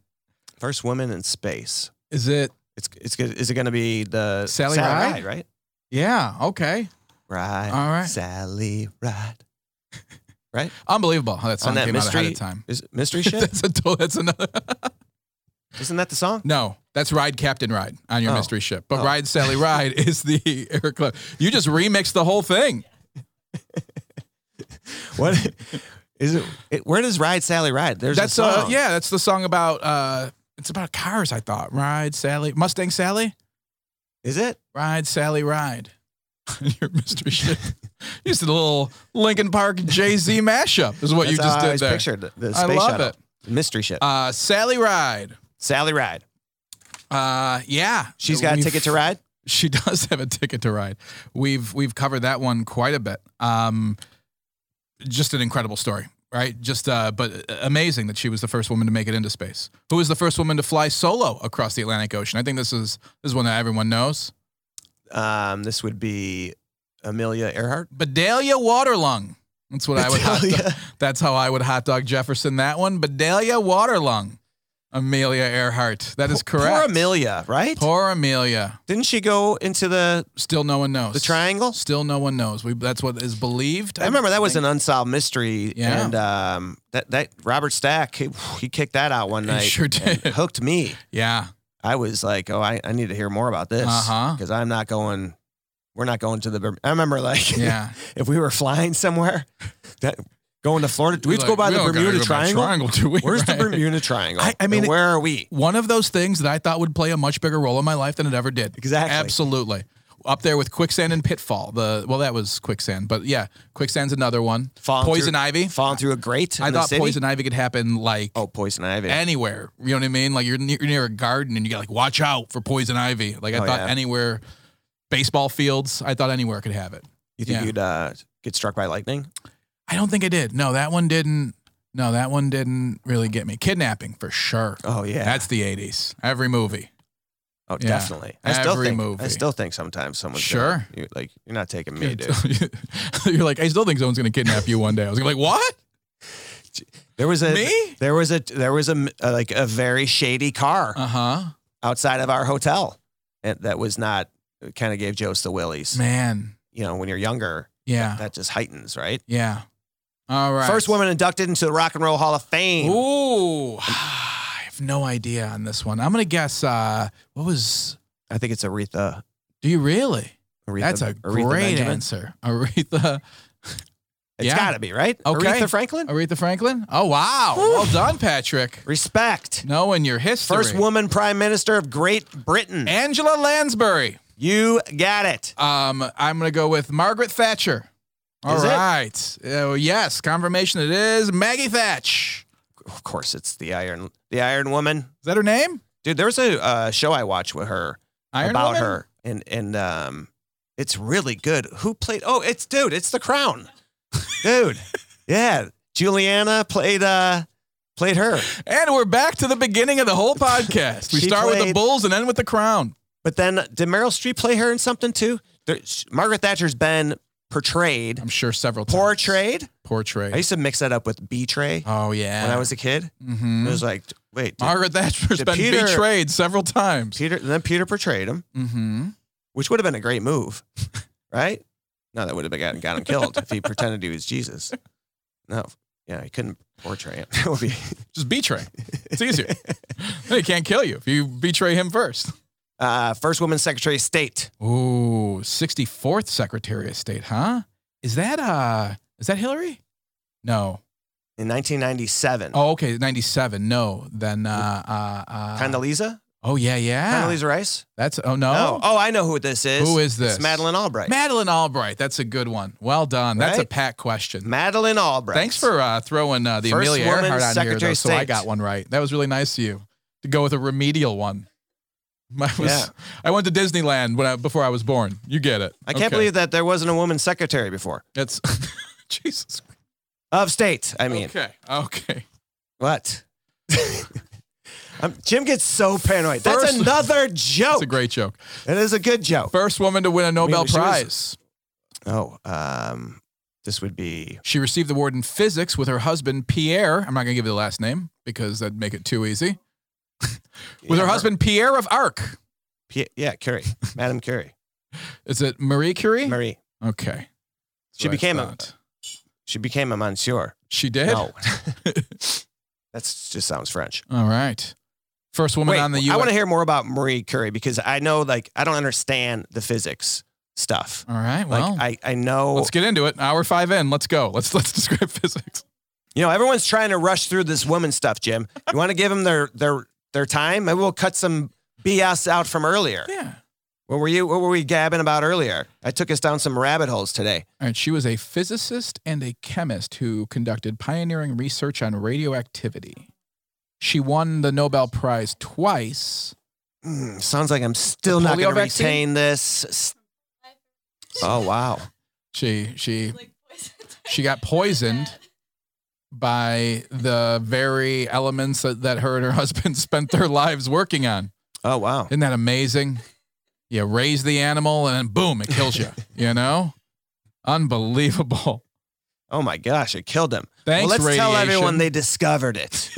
First women in space. Is it? It's it's good. Is it going to be the Sally Ride? right? Yeah. Okay. Right. All right. Sally Ride. Unbelievable how that song On that came out ahead mystery of time. Is it mystery ship? that's a to- that's another. Isn't that the song? no, that's Ride Captain Ride on your Oh. mystery ship. But Oh. Ride Sally Ride is the Eric Clapton. You just remixed the whole thing. What is it, it? Where does Ride Sally Ride? There's that's a uh, song. yeah, that's the song about uh, it's about cars. I thought Ride Sally Mustang Sally Is it? Ride Sally Ride. on your mystery ship. You just did a little Lincoln Park Jay Z mashup is what That's you how just I did always there. pictured the, the I space love shuttle. it. The mystery ship. Uh, Sally Ride. Sally Ride. Uh, yeah, She's got a We've- ticket to ride. She does have a ticket to ride. We've we've covered that one quite a bit. Um, just an incredible story, right? Just uh, but amazing that she was the first woman to make it into space. Who was the first woman to fly solo across the Atlantic Ocean? I think this is this is one that everyone knows. Um, this would be Amelia Earhart. Bedelia Waterlung. That's what I would. Hot dog, Bedelia. that's how I would hot dog Jefferson that one. Bedelia Waterlung. Amelia Earhart. That is correct. Poor Amelia, right? Poor Amelia. Didn't she go into the Still no one knows. the triangle? Still no one knows. We, that's what is believed. I remember that was think. an unsolved mystery, Yeah. and um, that that Robert Stack he, he kicked that out one He night. sure and did. hooked me. Yeah. I was like, oh, I, I need to hear more about this Uh-huh. because I'm not going. We're not going to the. Berm- I remember like Yeah. if we were flying somewhere, that going to Florida, do we have to go by Like, the we don't gotta Bermuda go by Triangle? triangle do we? Where's the Right. Bermuda Triangle? I- I mean, And it- where are we? One of those things that I thought would play a much bigger role in my life than it ever did. Exactly. Absolutely. Up there with quicksand and pitfall. The well, that was quicksand, but yeah, quicksand's another one. Falling poison through- ivy. Falling through a grate. I in the thought city? poison ivy could happen like Oh, poison ivy. anywhere. You know what I mean? Like you're near, you're near a garden and you got like watch out for poison ivy. Like I Oh, thought yeah. anywhere, baseball fields. I thought anywhere could have it. you think yeah. you'd uh, get struck by lightning? I don't think I did. No, that one didn't. No, that one didn't really get me. Kidnapping for sure. Oh yeah. That's the 80s. Every movie. oh, yeah. definitely. I still Every think. I movie. still think sometimes someone's Sure. gonna- you- like you're not taking me, dude. You're like, I still think someone's going to kidnap you one day. I was like, what? There was a Me? there was a there was a, a like a very shady car Uh huh. outside of our hotel, and that was not kind of gave Joe's the willies. Man. You know, when you're younger, Yeah. that just heightens, right? Yeah. All right. First woman inducted into the Rock and Roll Hall of Fame. Ooh. I have no idea on this one. I'm going to guess, uh, what was, I think it's Aretha. do you really? Aretha That's a Aretha great Benjamin. answer. Aretha, It's Yeah. got to be right. Okay. Aretha Franklin. Aretha Franklin. Oh, wow. Whew. Well done, Patrick. Respect. Knowing your history. First woman prime minister of Great Britain. Angela Lansbury. you got it. Um, I'm gonna go with Margaret Thatcher. All Is it? right. Uh, yes, confirmation. It is Maggie Thatch. Of course, it's the Iron the Iron Woman. Is that her name? Dude, there was a uh, show I watched with her Iron about Woman? her, and and um, it's really good. Who played? Oh, it's dude. It's The Crown, dude. Yeah, Juliana played uh played her, And we're back to the beginning of the whole podcast. We She start with the played- Bulls and end with the Crown. but then did Meryl Streep play her in something too? There, sh- Margaret Thatcher's been portrayed I'm sure several times. portrayed. I Portray. used to mix that up with betray Oh yeah. when I was a kid. Mhm. It was like, wait, did Margaret Thatcher's did been Peter- betrayed several times. Peter? Then Peter portrayed him. Mm-hmm. which would have been a great move, right? No, that would have gotten, got him killed if he pretended he was Jesus. No, yeah, he couldn't portray it. That would be Just betray. It's easier. then he can't kill you if you betray him first. uh, first woman Secretary of State. Ooh, 64th Secretary of State, huh? Is that uh is that Hillary? No. In 1997, Oh, okay, 97. No. Then uh uh, uh Condoleezza, Oh yeah, yeah. Condoleezza Rice. That's oh no. Oh, oh, I know who this is. Who is this? It's Madeline Albright. Madeline Albright. That's a good one. Well done. That's a Right? pat question. Madeline Albright. Thanks for uh throwing uh, the First Amelia woman Earhart on here Secretary though, of so I State. got one right. That was really nice of you to go with a remedial one. I was, Yeah. I went to Disneyland when I, before I was born. You get it. I can't Okay. believe that there wasn't a woman secretary before that's Jesus. of state. I mean, Okay. Okay. what? Um, Jim gets so paranoid. That's First- another That's joke. a great joke. that is a good joke. First woman to win a Nobel Oh. she was- Prize. Oh, um, this would be She received the award in physics with her husband Pierre. I'm not going to give you the last name because that'd make it too easy. With her Yeah, husband Pierre of Arc. P- yeah, Curie, Madame Curie, Is it Marie Curie? Marie. okay. She So I became a- thought. She became a Monsieur. She did. No, that just sounds French. All right. First woman Wait, on the U. I want to hear more about Marie Curie because I know, like, I don't understand the physics stuff. All right. Like, Well, I, I know, let's get into it. Hour five in. Let's go. Let's let's describe physics. you know, everyone's trying to rush through this woman stuff, Jim. You want to give them their, their, their time? Maybe we'll cut some BS out from earlier. Yeah. What were you, what were we gabbing about earlier? I took us down some rabbit holes today. All right. She was a physicist and a chemist who conducted pioneering research on radioactivity. She won the Nobel Prize twice. Mm, sounds like I'm still not polio going to vaccine? retain this. S- Oh, wow. She she she got poisoned by the very elements that, that her and her husband spent their lives working on. Oh, wow. Isn't that amazing? You raise the animal and then boom, it kills you. you know? Unbelievable. Oh, my gosh. It killed him. Thanks, well, let's radiation. tell everyone they discovered it.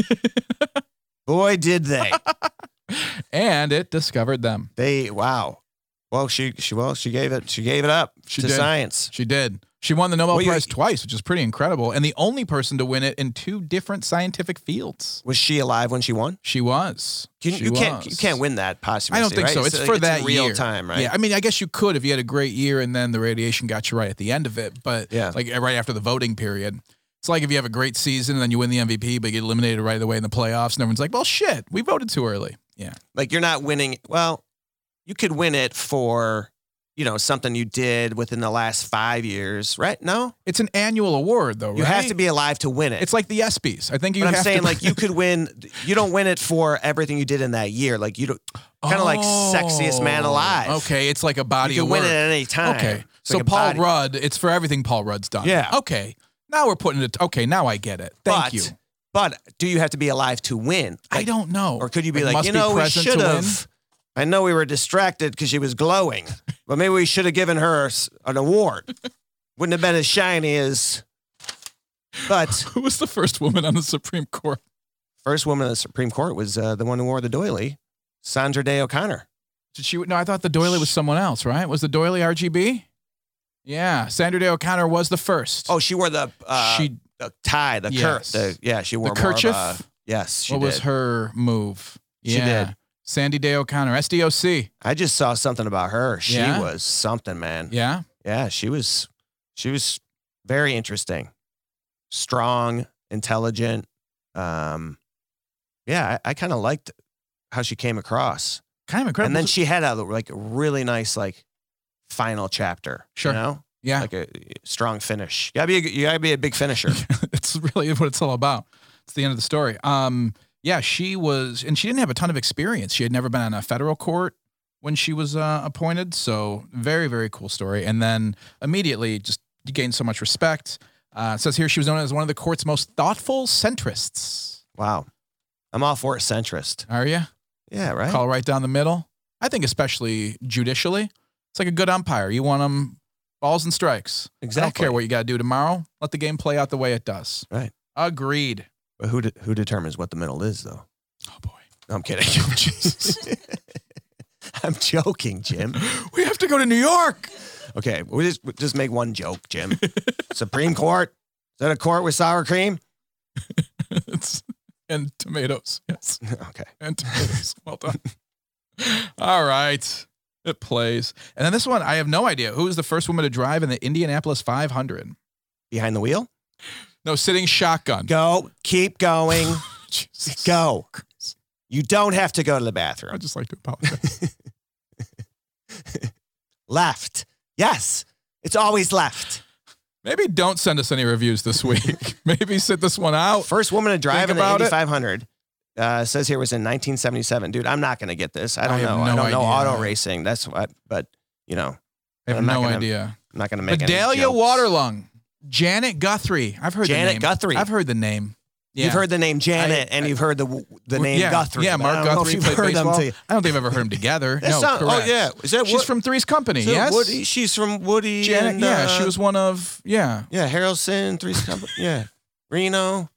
Boy, did they! and it discovered them. They wow. Well, she she well she gave it she gave it up She to did. science. She did. She won the Nobel Well, you- Prize twice, which is pretty incredible, and the only person to win it in two different scientific fields. Was she alive when she won? She was. Can, She you can't you was. can't win that posthumously. I don't think right? so. It's for in that real year. time, right? Yeah, I mean, I guess you could if you had a great year and then the radiation got you right at the end of it, but Yeah. like uh, right after the voting period. It's like if you have a great season and then you win the MVP, but you get eliminated right away in the playoffs, and everyone's like, well, shit, we voted too early. Yeah. Like you're not winning. Well, you could win it for you know something you did within the last five years, right? No, It's an annual award, though, you right? have to be alive to win it. It's like the ESPYs. I think you but I'm have saying to, like you could win. You don't win it for everything you did in that year. Like you don't. kinda like Sexiest Man Alive. Oh, Okay. It's like a body you of can win work. it at any time. Okay. It's so like a Paul body. Rudd, it's for everything Paul Rudd's done. Yeah. Okay. Now we're putting it. Okay. Now I get it. Thank But- you. But do you have to be alive to win? I Like, don't know. Or could you be It like, must you be know, we present to should win." have. I know we were distracted because she was glowing, but maybe we should have given her s- an award. Wouldn't have been as shiny as. But Who was the first woman on the Supreme Court? first woman of the Supreme Court was uh, the one who wore the doily, Sandra Day O'Connor. Did she? No, I thought the doily was someone else, right? Was the doily RGB? Yeah, Sandra Day O'Connor was the first. Oh, she wore the uh, she the tie, the Yes. cur, the yeah, she wore the more of kerchief. a- yes, she what did. was her move? She did. Sandy Day O'Connor, SDOC. I just saw something about her. She Yeah? was something, man. Yeah, Yeah, she was she was very interesting. Strong, intelligent. Um yeah, I, I kind of liked how she came across. kind of incredible. And then she had a like really nice like final chapter. Sure. You know? yeah, Like a strong finish. You gotta be a, you gotta be a big finisher. it's really what it's all about. It's the end of the story. Um, yeah, she was, and she didn't have a ton of experience. She had never been on a federal court when she was uh, appointed. So very, very cool story. And then immediately just gained so much respect. Uh, it says here she was known as one of the court's most thoughtful centrists. wow. I'm all for a centrist. Are you? Yeah, right? Call right down the middle. I think especially judicially, it's like a good umpire. You want them balls and strikes. I don't exactly. care what you got to do tomorrow. Let the game play out the way it does. Right. Agreed. But who de- who determines what the middle is though? Oh boy. No, I'm kidding. I'm joking, Jim. We have to go to New York. Okay, we just we just make one joke, Jim. Supreme Court is that a court with sour cream? It's- and tomatoes. Yes. okay, And tomatoes. Well done. All right. It plays. And then this one, I have no idea. Who was the first woman to drive in the Indianapolis 500? behind the wheel. No, sitting shotgun. Go, keep going, Jesus. go. Oh, You don't have to go to the bathroom. I'd just like to apologize. Left. Yes, it's always left. Maybe don't send us any reviews this week. Maybe sit this one out. First woman to drive in the Oh, about Indy it. 500. Uh, it says here it was in 1977. Dude, I'm not going to get this. I don't have know. I no don't know idea. auto racing. That's what, but you know, I have I'm not no gonna idea. I'm not going to make any Bedalia jokes. Waterlung, Janet Guthrie. I've heard the Janet name. Guthrie. I've heard the name. Yeah. You've heard the name Janet and you've heard the the name yeah. Guthrie. Yeah, but I Mark don't know if Guthrie you've played heard them baseball. too. I don't think I've ever heard him together. That no, sound- correct. Oh yeah, is that She's Wood- from Three's Company. is that yes. Woody? She's from Woody. Janet. and, yeah, uh, she was one of. Yeah. Yeah, Harrelson, Three's Company. Yeah, Reno.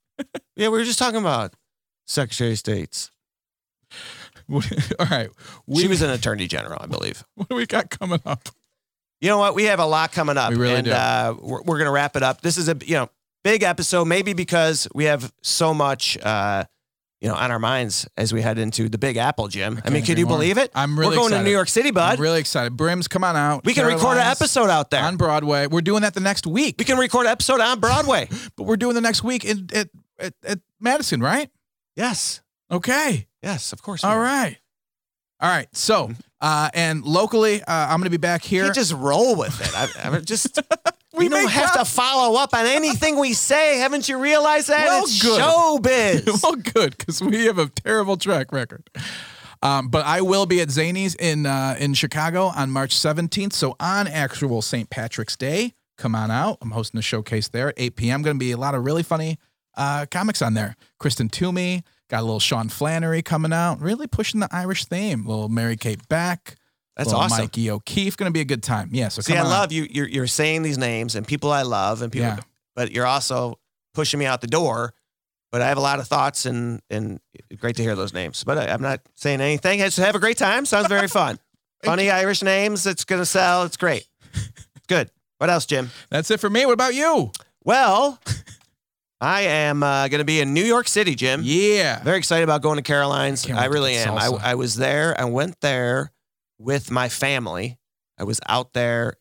Yeah, we were just talking about Secretary of State's. All right. We, she was an Attorney General, I believe. what do we got coming up? You know what? We have a lot coming up. We really and do. Uh, we're, we're going to wrap it up. This is a you know big episode, maybe because we have so much uh, you know on our minds as we head into the Big Apple, Jim. I, mean, can't could agree you more. believe it? I'm really we're going excited. to New York City, bud. I'm really excited. Brims, come on out. we can record an Caroline's episode out there. on Broadway. We're doing that the next week. we can record an episode on Broadway. but we're doing the next week in, at, at at Madison, right? yes, Okay. yes, of course. we All will. right. All right. Mm-hmm. So, uh, and locally, uh, I'm going to be back You here. just roll with it. I, I just We we don't make have to follow up on anything we say. Haven't you realized that? Well, it's good. showbiz. well, good because we have a terrible track record. Um, but I will be at Zanies in uh, in Chicago on March 17th. So on actual St. Patrick's Day, come on out. I'm hosting a showcase there at 8 p.m. Going to be a lot of really funny uh, comics on there. Kristen Toomey got a little Sean Flannery coming out, really pushing the Irish theme. little Mary Kate Beck. That's little awesome. Mikey O'Keefe. Going to be a good time. Yeah. So See, come I on out. love you. You're, you're saying these names and people I love and people, Yeah. but you're also pushing me out the door. But I have a lot of thoughts and and great to hear those names. But I, I'm not saying anything. Just have a great time. Sounds very fun. Funny Irish names. It's gonna sell. It's great. Good. What else, Jim? That's it for me. What about you? Well, I am uh, gonna be in New York City, Jim. Yeah. Very excited about going to Caroline's. Can't I wait to really get am. salsa. I, I was there. I went there with my family. I was out there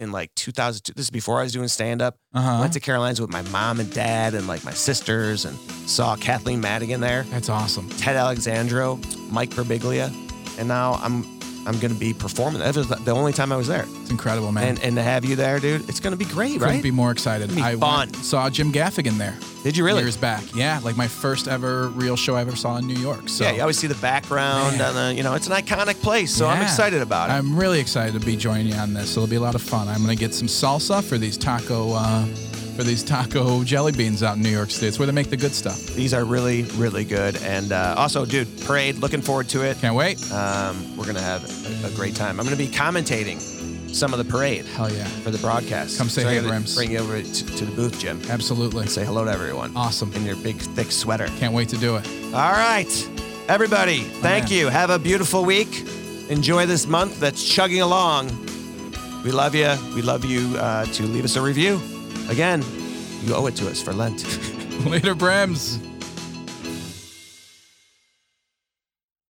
in like 2002. This is before I was doing stand up. Uh-huh. Went to Caroline's with my mom and dad and like my sisters and saw Kathleen Madigan there, That's awesome. Ted Alexandro, Mike Birbiglia. And now I'm I'm going to be performing. That was the only time I was there. It's incredible, man. And, and to have you there, dude, it's going to be great, Couldn't right? be more excited. be I fun. went- saw Jim Gaffigan there Did you really? years back. Yeah, like my first ever real show I ever saw in New York. So Yeah, you always see the background Man. and the, you know, it's an iconic place. So I'm Yeah. excited about it. I'm really excited to be joining you on this. It'll be a lot of fun. I'm gonna get some salsa for these taco uh, for these taco jelly beans out in New York State. It's where they make the good stuff. These are really, really good. And uh, also, dude, parade, looking forward to it. Can't wait. Um, we're going to have a, a great time. I'm going to be commentating some of the parade Hell yeah. for the broadcast. Come say I hey, gotta Rims. Bring you over to, to the booth, Jim. Absolutely. Say hello to everyone Awesome. in your big, thick sweater. Can't wait to do it. All right, everybody, thank man. you. Have a beautiful week. Enjoy this month that's chugging along. We love you. We love you uh, to leave us a review. Again, you owe it to us for Lent. Later, Brems.